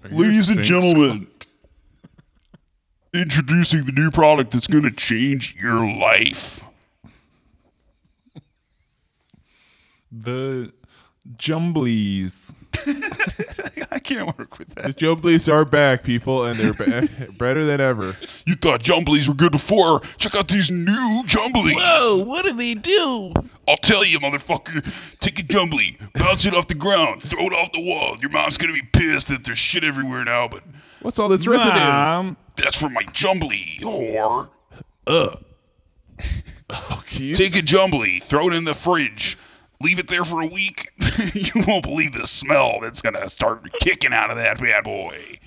Are your Ladies and sinks- gentlemen, introducing the new product that's going to change your life. the jumblies. I can't work with The that. jumblies are back, people, and they're ba- better than ever. You thought jumblies were good before. Check out these new jumblies. what do they do? I'll tell you, motherfucker. Take a jumbly, bounce it off the ground, throw it off the wall. Your mom's going to be pissed that there's shit everywhere now, but What's all this residue? Um, that's for my jumbly, whore. Kids? Take a jumbly, throw it in the fridge, leave it there for a week. you won't believe the smell that's going to start kicking out of that bad boy.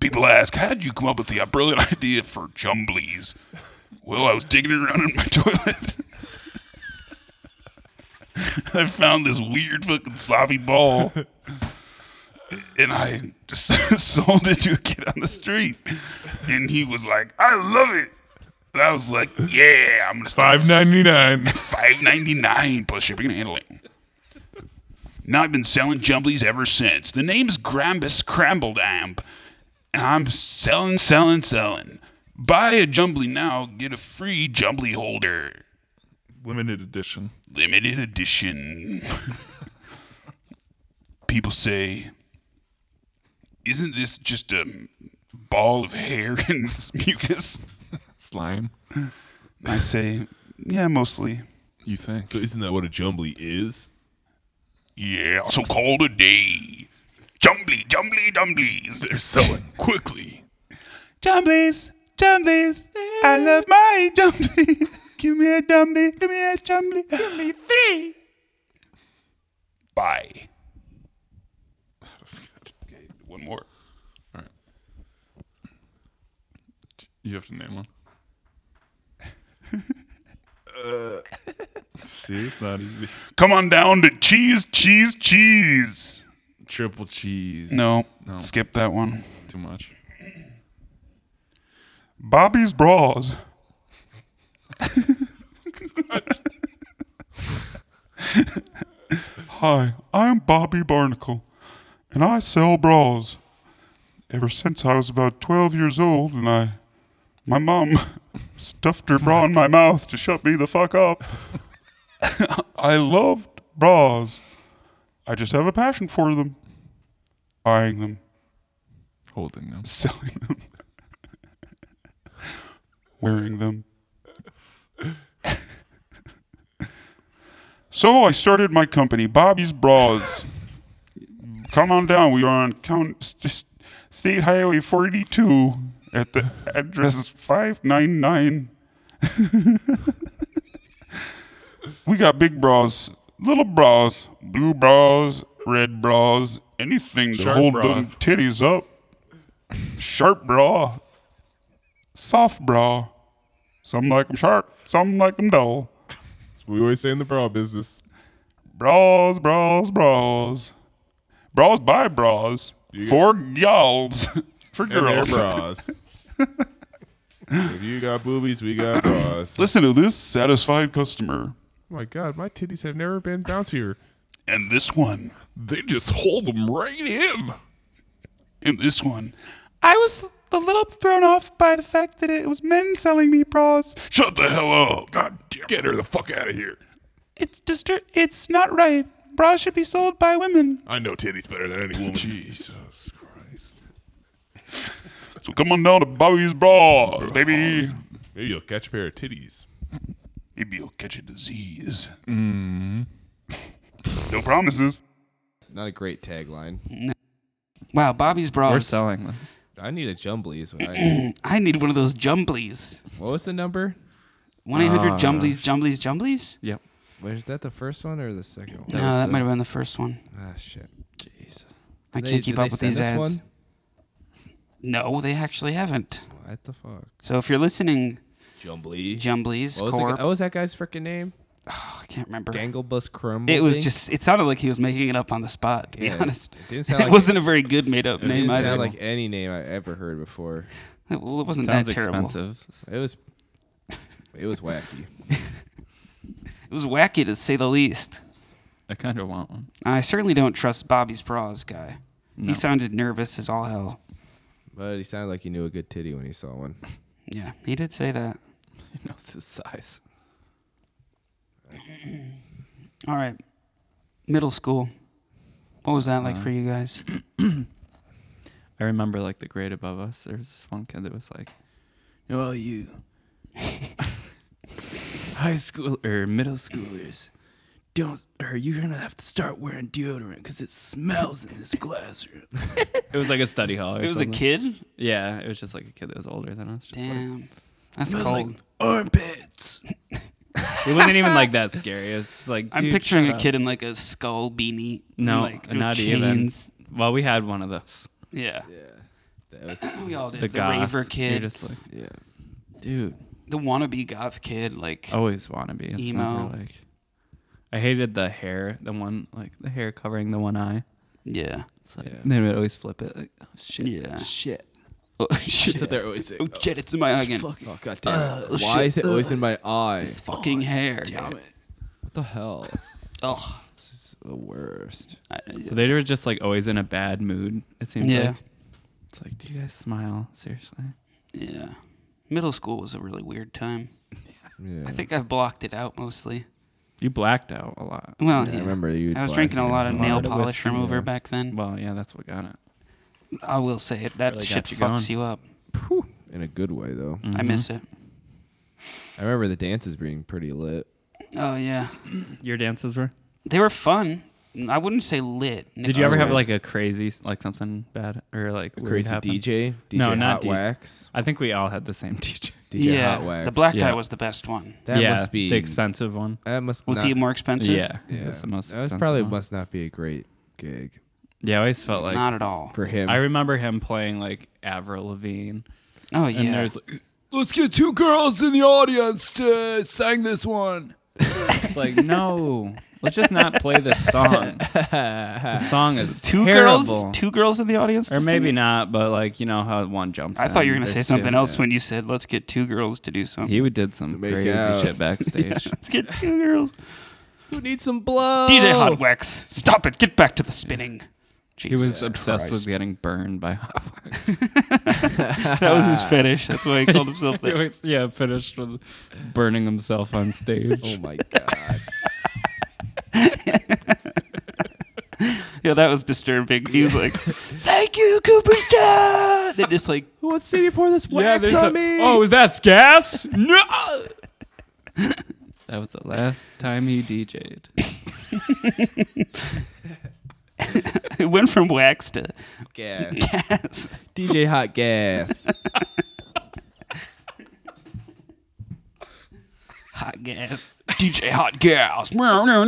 People ask, how did you come up with the brilliant idea for jumblies? Well, I was digging around in my toilet. I found this weird fucking sloppy ball. And I just sold it to a kid on the street. And he was like, I love it. And I was like, yeah, I'm going to Five ninety nine. Five ninety nine plus shipping and handling. Now I've been selling jumblies ever since. The name's Grambus Scrambled Amp. And I'm selling, selling, selling. Buy a jumbly now, get a free jumbly holder. Limited edition. Limited edition. People say, Isn't this just a ball of hair and mucus? Slime. And I say, Yeah, mostly. You think? Isn't that what a jumbly is? Yeah, so call the day. Jumbly, jumbly, jumblies. They're selling quickly. Jumblies, jumblies. I love my jumbly. Give me a jumbly, give me a jumbly. Give me three. Bye. Okay, one more. All right. You have to name one. Uh. See, it's not easy. Come on down to cheese, cheese, cheese. Triple cheese. No, No. skip that one. Too much. Bobby's bras. Hi, I'm Bobby Barnacle, and I sell bras. Ever since I was about 12 years old, and I, my mom, stuffed her bra in my mouth to shut me the fuck up. I loved bras. I just have a passion for them, buying them Holding them. selling them, wearing them. so I started my company, Bobby's Bras. Come on down. We are on Count S- State Highway 42 at the address 599. we got big bras, little bras, blue bras, red bras, anything to Sharp hold bra. them titties up sharp bra, soft bra. Some like 'em sharp, some like 'em dull. We always say in the bra business. Bras, bras, bras. Bras by bras. for y'alls. For And their girls. bras. If you got boobies, we got bras. Listen to this satisfied customer. Oh my god, my titties have never been bouncier. And this one. They just hold them right in. And this one. I was a little thrown off by the fact that it was men selling me bras. Shut the hell up. God damn. Get her the fuck out of here. It's distur- it's not right. Bras should be sold by women. I know titties better than any woman. Jesus Christ. So come on down to Bobby's Bras, baby. Maybe you'll catch a pair of titties. Maybe you'll catch a disease. no promises. Not a great tagline. Wow, Bobby's We're bras. selling them. I need a jumbly is what I need. I need one of those jumblies. What was the number? One eight hundred Ah. jumblies, jumblies, jumblies. Yep. Was that the first one or the second one? No, was that the- might have been the first one. Ah, shit. Jesus. I can't Did they- keep did up they with send these us ads. one? No, they actually haven't. What the fuck? So if you're listening, Jumbly. Jumblies What was, the, Corp. guy- what was that guy's freaking name? oh, I can't remember. Ganglebus crumble. it was thing? just it sounded like he was making it up on the spot. To Yeah, be honest, It didn't it sound like, wasn't a very good made up it name didn't either. sound like any name I ever heard before. well, it wasn't Sounds that terrible. expensive. It was it was wacky. It was wacky to say the least. I kind of want one. I certainly don't trust Bobby's bras guy. No. He sounded nervous as all hell. But he sounded like he knew a good titty when he saw one. Yeah, he did say that. He knows his size. All right, middle school. What was that like Uh, for you guys? I remember like the grade above us. There was this one kid that was like, "Well, you high school or middle schoolers, don't or you're gonna have to start wearing deodorant because it smells in this classroom." it was like a study hall. Or It was a something. kid. Yeah, it was just like a kid that was older than us. Just like, Damn, that's smells cold. like armpits. it wasn't even like that scary. It was just like I'm "Dude, picturing shut a up." kid in like a skull beanie. and, No, like, not chains. even. Well, we had one of those. even. Yeah. That was we all did. The, The, goth. raver You're kid, just like, yeah. dude. the wannabe goth kid, like always want to be. It's Emo. never like I hated the hair, the one like the hair covering the one eye. yeah, It's like Yeah. they would always flip it. Like, oh shit. Yeah. Shit. oh, shit, they're always saying. oh, shit, it's in my eye again. Oh god damn Uh, it. Why is it always in my eye? It's fucking hair. Damn dude. it. What the hell? Oh, This is the worst. I- They were just like always in a bad mood. It seemed Yeah. like. It's like, do you guys smile? Seriously. yeah. Middle school was a really weird time. Yeah. I think I've blocked it out mostly. You blacked out a lot. Well, Yeah, yeah. I remember you. I was drinking a lot of out. nail Lot of polish whiskey, remover yeah. back then. Well, yeah, that's what got it. I will say it. That Really shit got you fucks going. you up. in a good way though. I miss it. I remember the dances being pretty lit. Oh yeah, Your dances were. they were fun. I wouldn't say lit. Did you ever have Always. like a crazy, like something bad or like A weird crazy happened? DJ, DJ No, Hot not D- Wax, I think we all had the same DJ. DJ yeah, Hot Wax. the black guy Yeah. was the best one. That yeah, must be the expensive one. That must Was not, he more expensive? Yeah, Yeah, that's the most. that was expensive probably one. must not be a great gig Yeah, I always felt like Not at all. for him. I remember him playing like Avril Lavigne, Oh and yeah. there's like, let's get two girls in the audience to sing this one. it's like no, let's just not play this song. The song is two terrible. girls, two girls in the audience, or to sing maybe it? not, but like you know how one jumps. I thought you were in, gonna say there's something two. else when you said let's get two girls to do something. He would did some Make crazy out. shit backstage. let's get two girls. Who needs some blood? DJ Oh. Hot Wax, stop it. Get back to the spinning. He Jesus. was obsessed Christ. with getting burned by hot wax. that was Ah. his fetish. That's why he called himself He that. was- yeah, finished with burning himself on stage. Oh my god. Yeah, that was disturbing. He was like, "Thank you, Cooperstown." Then just like, Who wants to see me pour this wax on me? Oh, is that gas? No. that was the last time he DJ'd. it went from wax to gas. gas. DJ Hot Gas. Hot gas. DJ Hot Gas. Meow, meow,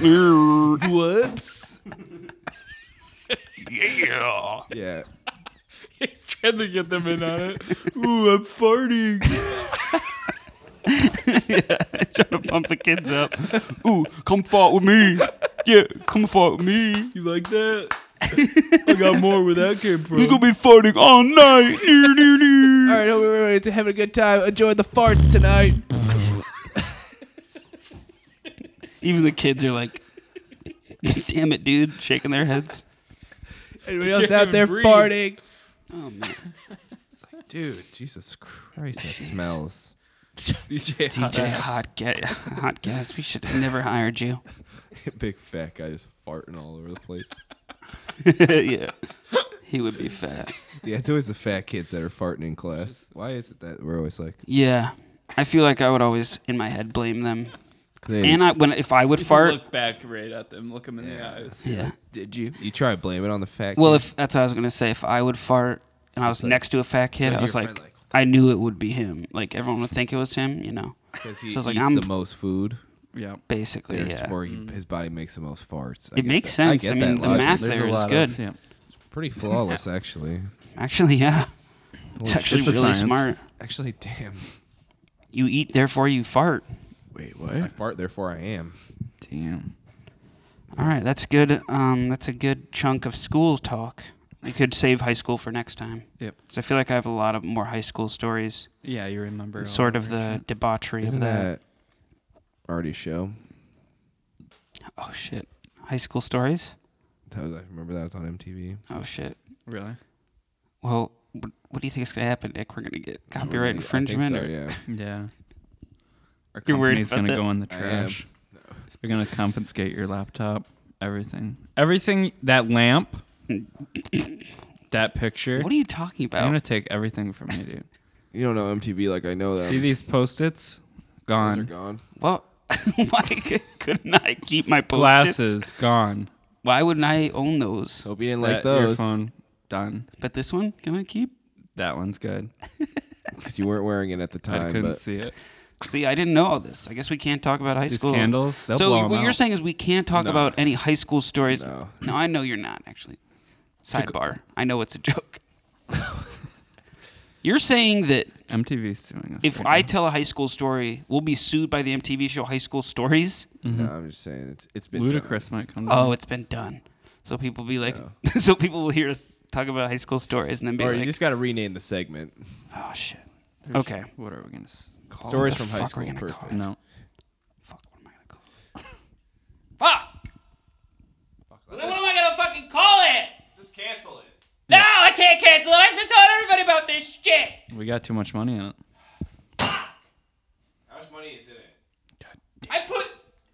meow. Whoops. yeah. Yeah. He's trying to get them in on it. Ooh, I'm farting. Trying to pump the kids up. Ooh, come fart with me. Yeah, come fart with me. You like that? I got more where that came from. We're gonna be farting all night. Near, near, near. All right, hope everybody's having a good time. Enjoy the farts tonight. Even the kids are like, damn it, dude, shaking their heads. Anybody else Can't out there even breathe. farting? Oh, man. Dude, Jesus Christ, that smells. DJ, DJ Hot Gas. Hot Gas, we should have never hired you. Big fat guy just farting all over the place. yeah. He would be fat. Yeah, it's always the fat kids that are farting in class. Why is it that we're always like? Yeah. I feel like I would always, in my head, blame them. They, And I, when if I would fart, Look back right at them. Look them in Yeah. the eyes. yeah. Did you? you try to blame it on the fat. Well, kid. if that's what I was gonna say, if I would fart and I was like- next to a fat kid, Look at I was your like, friend, like- I knew it would be him. Like everyone would think it was him, you know. Because he So it's like, eats I'm- the most food. Yeah. Basically, yeah. Therefore, he- his body makes the most farts. I It get makes that. sense. I, get I that mean, the logic. math There's there a is lot good. Of, yeah. It's pretty flawless, actually. Actually, yeah. It's actually It's a really science. smart. Actually, damn. You eat, therefore you fart. Wait, I what? fart, therefore I am. Damn. All right, that's good. Um, that's a good chunk of school talk. We could save high school for next time. Yep. 'Cause I feel like I have a lot of more high school stories. Yeah, you remember. all It's sort of your the shit. debauchery Isn't of that. that already show? Oh shit, high school stories. That was, I remember that was on MTV. Oh shit. Really? Well, what, what do you think is gonna happen, Nick? We're gonna get I copyright think infringement. so, or- yeah. Yeah. Our You're worried company's about gonna that? go in the I am. trash. They're gonna confiscate your laptop, everything, everything. That lamp, that picture. What are you talking I'm gonna about? take everything from you, dude. You don't know MTV like I know that. See these post-its? Those are Gone. gone. Well, why c- couldn't I keep my post Glasses gone. Why wouldn't I own those? Hope you didn't That like those earphone done. But this one, can I keep? That one's good. because you weren't wearing it at the I time. couldn't but see it. See, I didn't know all this. I guess we can't talk about high These school. candles, they'll so blow 'em what you're out. saying is we can't talk No. about any high school stories. No. I know you're not actually. Sidebar. I know it's a joke. you're saying that MTV's suing us. if right I now. tell a high school story, we'll be sued by the MTV show High School Stories. Mm-hmm. no, I'm just saying it's it's been Ludacris might come. Oh, it's been done. So people be like, so people will hear us talk about high school stories and then be Done. Or you like, just got to rename the segment. oh shit. There's- okay. What are we gonna s- call? Stories the from high fuck are school. we gonna call Perfect. it? No. Fuck, what am I gonna call it? Fuck! Well, then what am I gonna fucking call it? Just cancel it. No, I can't cancel it. I've been telling everybody about this shit. We got too much money in it. How much money is in it? I put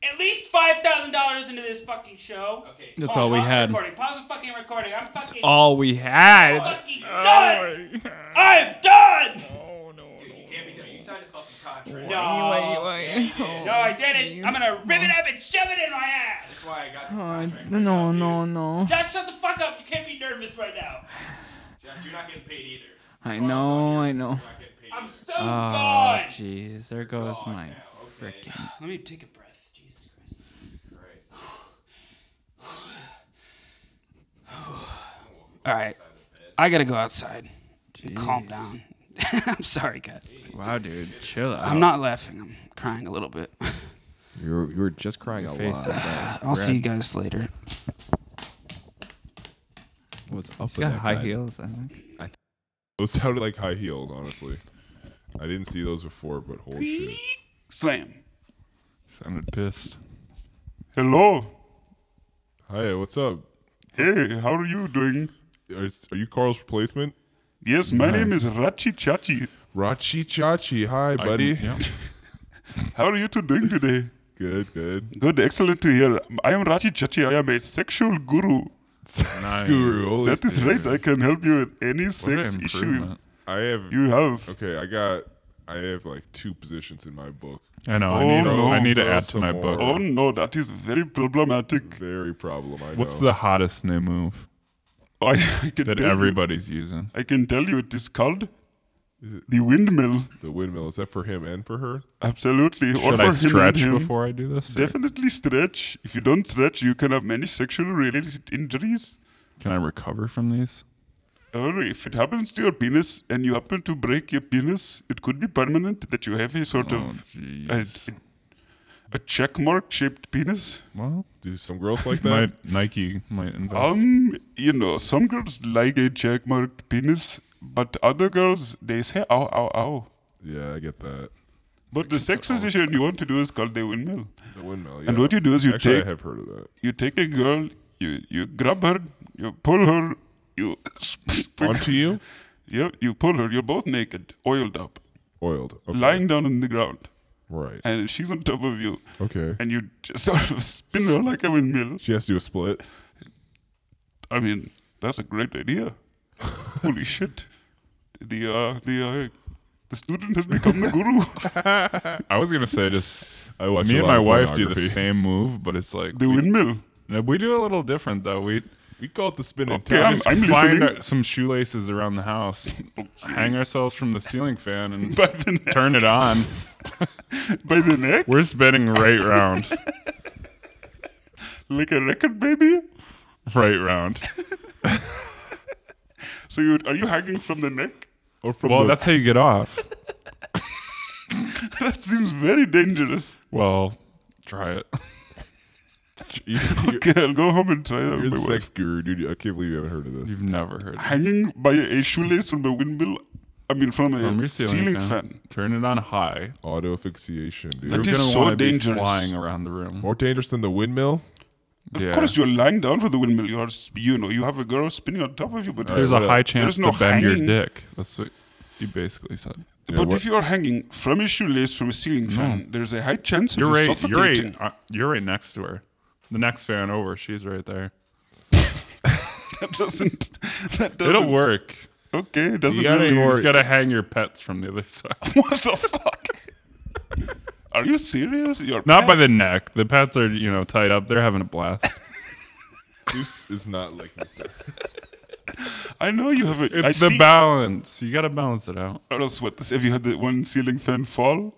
at least five thousand dollars into this fucking show. Okay. That's all we pause the had. Recording. Pause the fucking recording. I'm fucking All we had. Oh fucking done. I'm done. Dude, you can't be done. You signed a fucking contract. No, Oh, no, I didn't. I'm gonna rip it up and shove it in my ass. That's why I got the God, contract. right Oh, no, now, no, dude. no. Josh, shut the fuck up. You can't be nervous right now. Jess, you're not getting paid either. I know, I know. You're not getting paid. I'm either. so Oh, gone. jeez. There goes my freaking. Let me take a breath. Jesus Christ. Christ. All right, I gotta go outside. Calm down. I'm sorry, guys. Wow, dude. Chill out. I'm not laughing. I'm crying a little bit. You were, you were just crying a Face lot. is like I'll see red. you guys later. What's up with He's got that high guy? heels. I think. Those sounded like high heels, honestly. I didn't see those before, but holy shit. Slam. Sounded pissed. Hello. Hi, what's up? Hey, how are you doing? Are, are you Carl's replacement? Yes, my name is Rachi Chachi. Rachi Chachi. Hi, buddy. How are you two doing today? Good, good. Good, excellent to hear. I am Rachi Chachi. I am a sexual guru. Nice. Guru. Holy That is right. I can help you with any sex issue I have. you have. okay, I got. I have like two positions in my book. I know. Oh, I need, to- no. I need to Throw add to some my more. book. Oh no, that is very problematic. Very problem. I What's know. the hottest new move I, I can that tell everybody's using? You, I can tell you, it is called Is it- the windmill. the windmill? Is that for him and for her? Absolutely. or Should for him I and stretch him. before I do this? or Definitely stretch. If you don't stretch, you can have many sexual related injuries. Can I recover from these? Or if it happens to your penis and you happen to break your penis, it could be permanent that you have a sort Oh, of a, jeez. a check mark shaped penis. Well, Do some girls like that? my Nike might invest. Um, you know, some girls like a check marked penis, but other girls they say ow ow ow. yeah, I get that. But the sex position you want to do is called the windmill. The windmill. Yeah. And what you do is you Actually, take- I have heard of that. You take a girl, you you grab her, you pull her, you Onto you? yeah, you pull her. You're both naked, oiled up, Oiled. Okay. lying down on the ground, Right. and she's on top of you. Okay. and you just sort of spin her like a windmill. She has to do a split. I mean, that's a great idea. Holy shit! The uh, the uh, the student has become the guru. I was gonna say just I watch me a and lot my of wife do the pornography. same move, but it's like The windmill. we, we do a little different though. We We call it the spin and Okay, tap. I'm- just I'm find listening. uh, some shoelaces around the house, hang ourselves from the ceiling fan, and By the neck. turn it on. By the neck, We're spinning right round, like a record baby. right round. So you are you hanging from the neck? Or from Well, the- that's how you get off. that seems very dangerous. Well, try it. You're, you're- Okay, I'll go home and try that. you're with the my wife. sex guru, dude. I can't believe you haven't heard of this. You've never heard it. Hanging by a shoelace from the windmill. I mean, from a From your ceiling, fan. fan. Turn it on high. Auto asphyxiation, dude. That You're is gonna so want to be dangerous. flying around the room. More dangerous than the windmill. Yeah. Of course, you're lying down for the windmill. You are, sp- you know, you have a girl spinning on top of you. But There's a high chance no to bend hanging. your dick. That's what you basically said. Yeah, But what- if you are hanging from a shoelace from a ceiling fan, there's a high chance of You're you right. You're suffocating. right. Uh, you're right next to her. The next fan over, she's right there. That doesn't. That doesn't. It'll work. Okay, it doesn't You gotta, really you just work. gotta hang your pets from the other side. What the fuck? Are you serious? Your Not by the pets? neck. The pets are, you know, tied up. They're having a blast. Zeus is not like this. I know you have a. I It's the see- balance. You gotta balance it out. Or else what? This, have you had the one ceiling fan fall?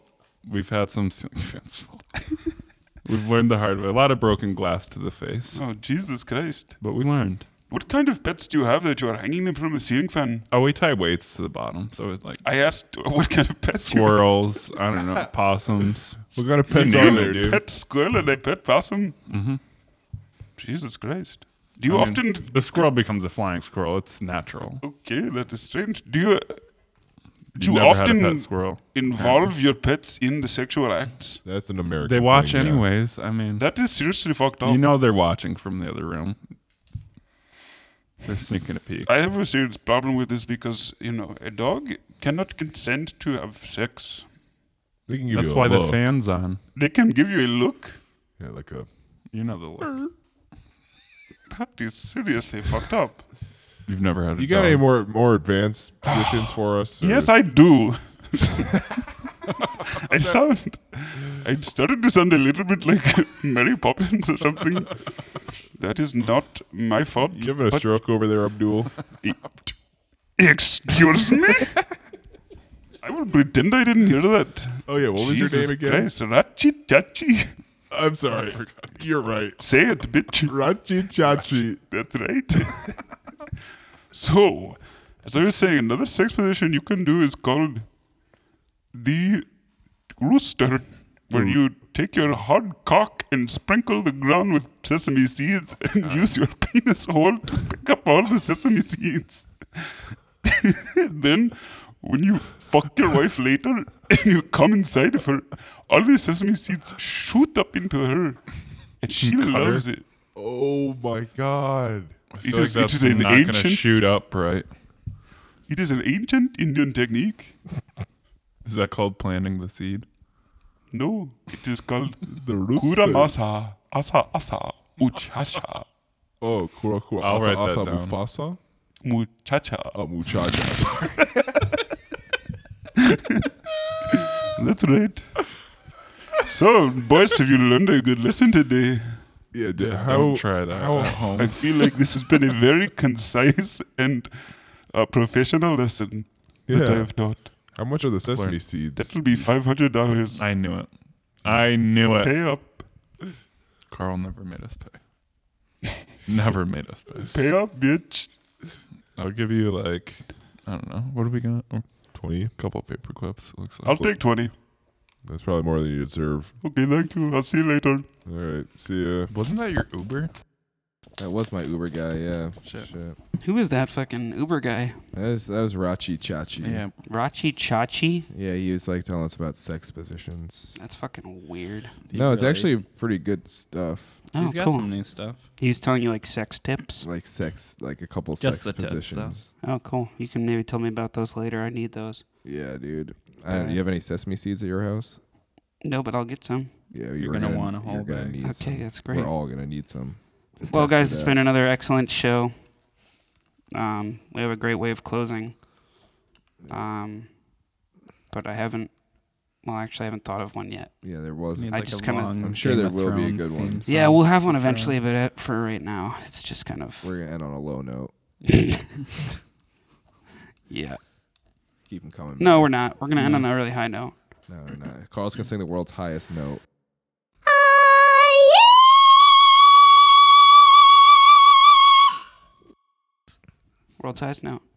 We've had some ceiling fans fall. We've learned the hard way. A lot of broken glass to the face, Oh Jesus Christ! but we learned. What kind of pets do you have that you are hanging them from a ceiling fan? Oh, we tie weights to the bottom, so it's like I asked what kind of pets you have. squirrels. I don't know, possums. What kind of pets name are it, there, dude. dude? Pet squirrel and a pet possum. Mm-hmm. Jesus Christ! Do you I mean, often? the squirrel becomes a flying squirrel. It's natural. Okay, that is strange. Do you you You never often- had a pet squirrel. involve your pets in the sexual acts? That's an American. They watch thing, yeah. anyways. I mean, That is seriously fucked up. you know they're watching from the other room. They're sneaking a peek. I have a serious problem with this because you know a dog cannot consent to have sex. They can give That's you a why the look. fan's on. They can give you a look. Yeah, like a. You know the look. That is seriously fucked up. You've never had a You got dog. any more more advanced positions for us? or- Yes, I do. I sound. I started to sound a little bit like Mary Poppins or something. That is not my fault. You having a but- stroke over there, Abdul? Excuse me. I will pretend I didn't hear that. Oh yeah, what was Jesus your name again? Christ, Rachi Chachi. I'm sorry. You're right. Say it, bitch. Rachi Chachi. That's right. so, as I was saying, another sex position you can do is called the rooster, where you take your hard cock and sprinkle the ground with sesame seeds and use your penis hole to pick up all the sesame seeds. then, when you fuck your wife later and you come inside of her, all the sesame seeds shoot up into her and she loves it. Oh my God. It I feel is, like it is that's an not gonna ancient. shoot up, right? it is an ancient Indian technique. Is that called planting the seed? No, it is called The rooster. Kuramasa Asa Asa Muchacha Oh, Kura Kura. I'll asa, write that asa, down. Mufasa. Muchacha. Oh, muchacha. That's right. So, boys, have you learned a good lesson today? yeah, d- Yeah, how, don't try that How, at home. I feel like this has been a very concise and uh, professional lesson that I Yeah. have taught. how much are the sesame Learn. seeds? That will be five hundred dollars. I knew it. I knew it. Pay up, Carl never made us pay. never made us pay. pay up, bitch. I'll give you like I don't know. What are we gonna? oh, 20. a couple paper clips. It looks like. I'll take twenty. That's probably more than you deserve. Okay, thank you. I'll see you later. All right. See ya. Wasn't that your Uber? That was my Uber guy. Yeah. Shit. Who is that fucking Uber guy? That was that was Rachi Chachi. Yeah. Rachi Chachi? Yeah, he was like telling us about sex positions. That's fucking weird. no, it's actually pretty good stuff. Oh, He's got cool. some new stuff. He was telling you like sex tips. Like sex, like a couple Just the sex tips, though. positions. Oh, cool. You can maybe tell me about those later. I need those. yeah, dude. I don't, Alright. you have any sesame seeds at your house? No, but I'll get some. Yeah, you're, gonna want a whole you're gonna bag. need Okay, some. that's great. We're all gonna need some. to Well, test guys, it it's out. been another excellent show. Um, we have a great way of closing. Um, but I haven't. Well, actually, I haven't thought of one yet. yeah, there was. Need, I like, a just kinda- long I'm sure Game there of will be a Thrones good one. theme yeah, song we'll have one for- eventually, but uh, for right now, it's just kind of We're gonna end on a low note. yeah. Keep them coming. No, we're not. We're gonna end No. on a really high note. No, we're not. Carl's gonna sing the world's highest note. World size note.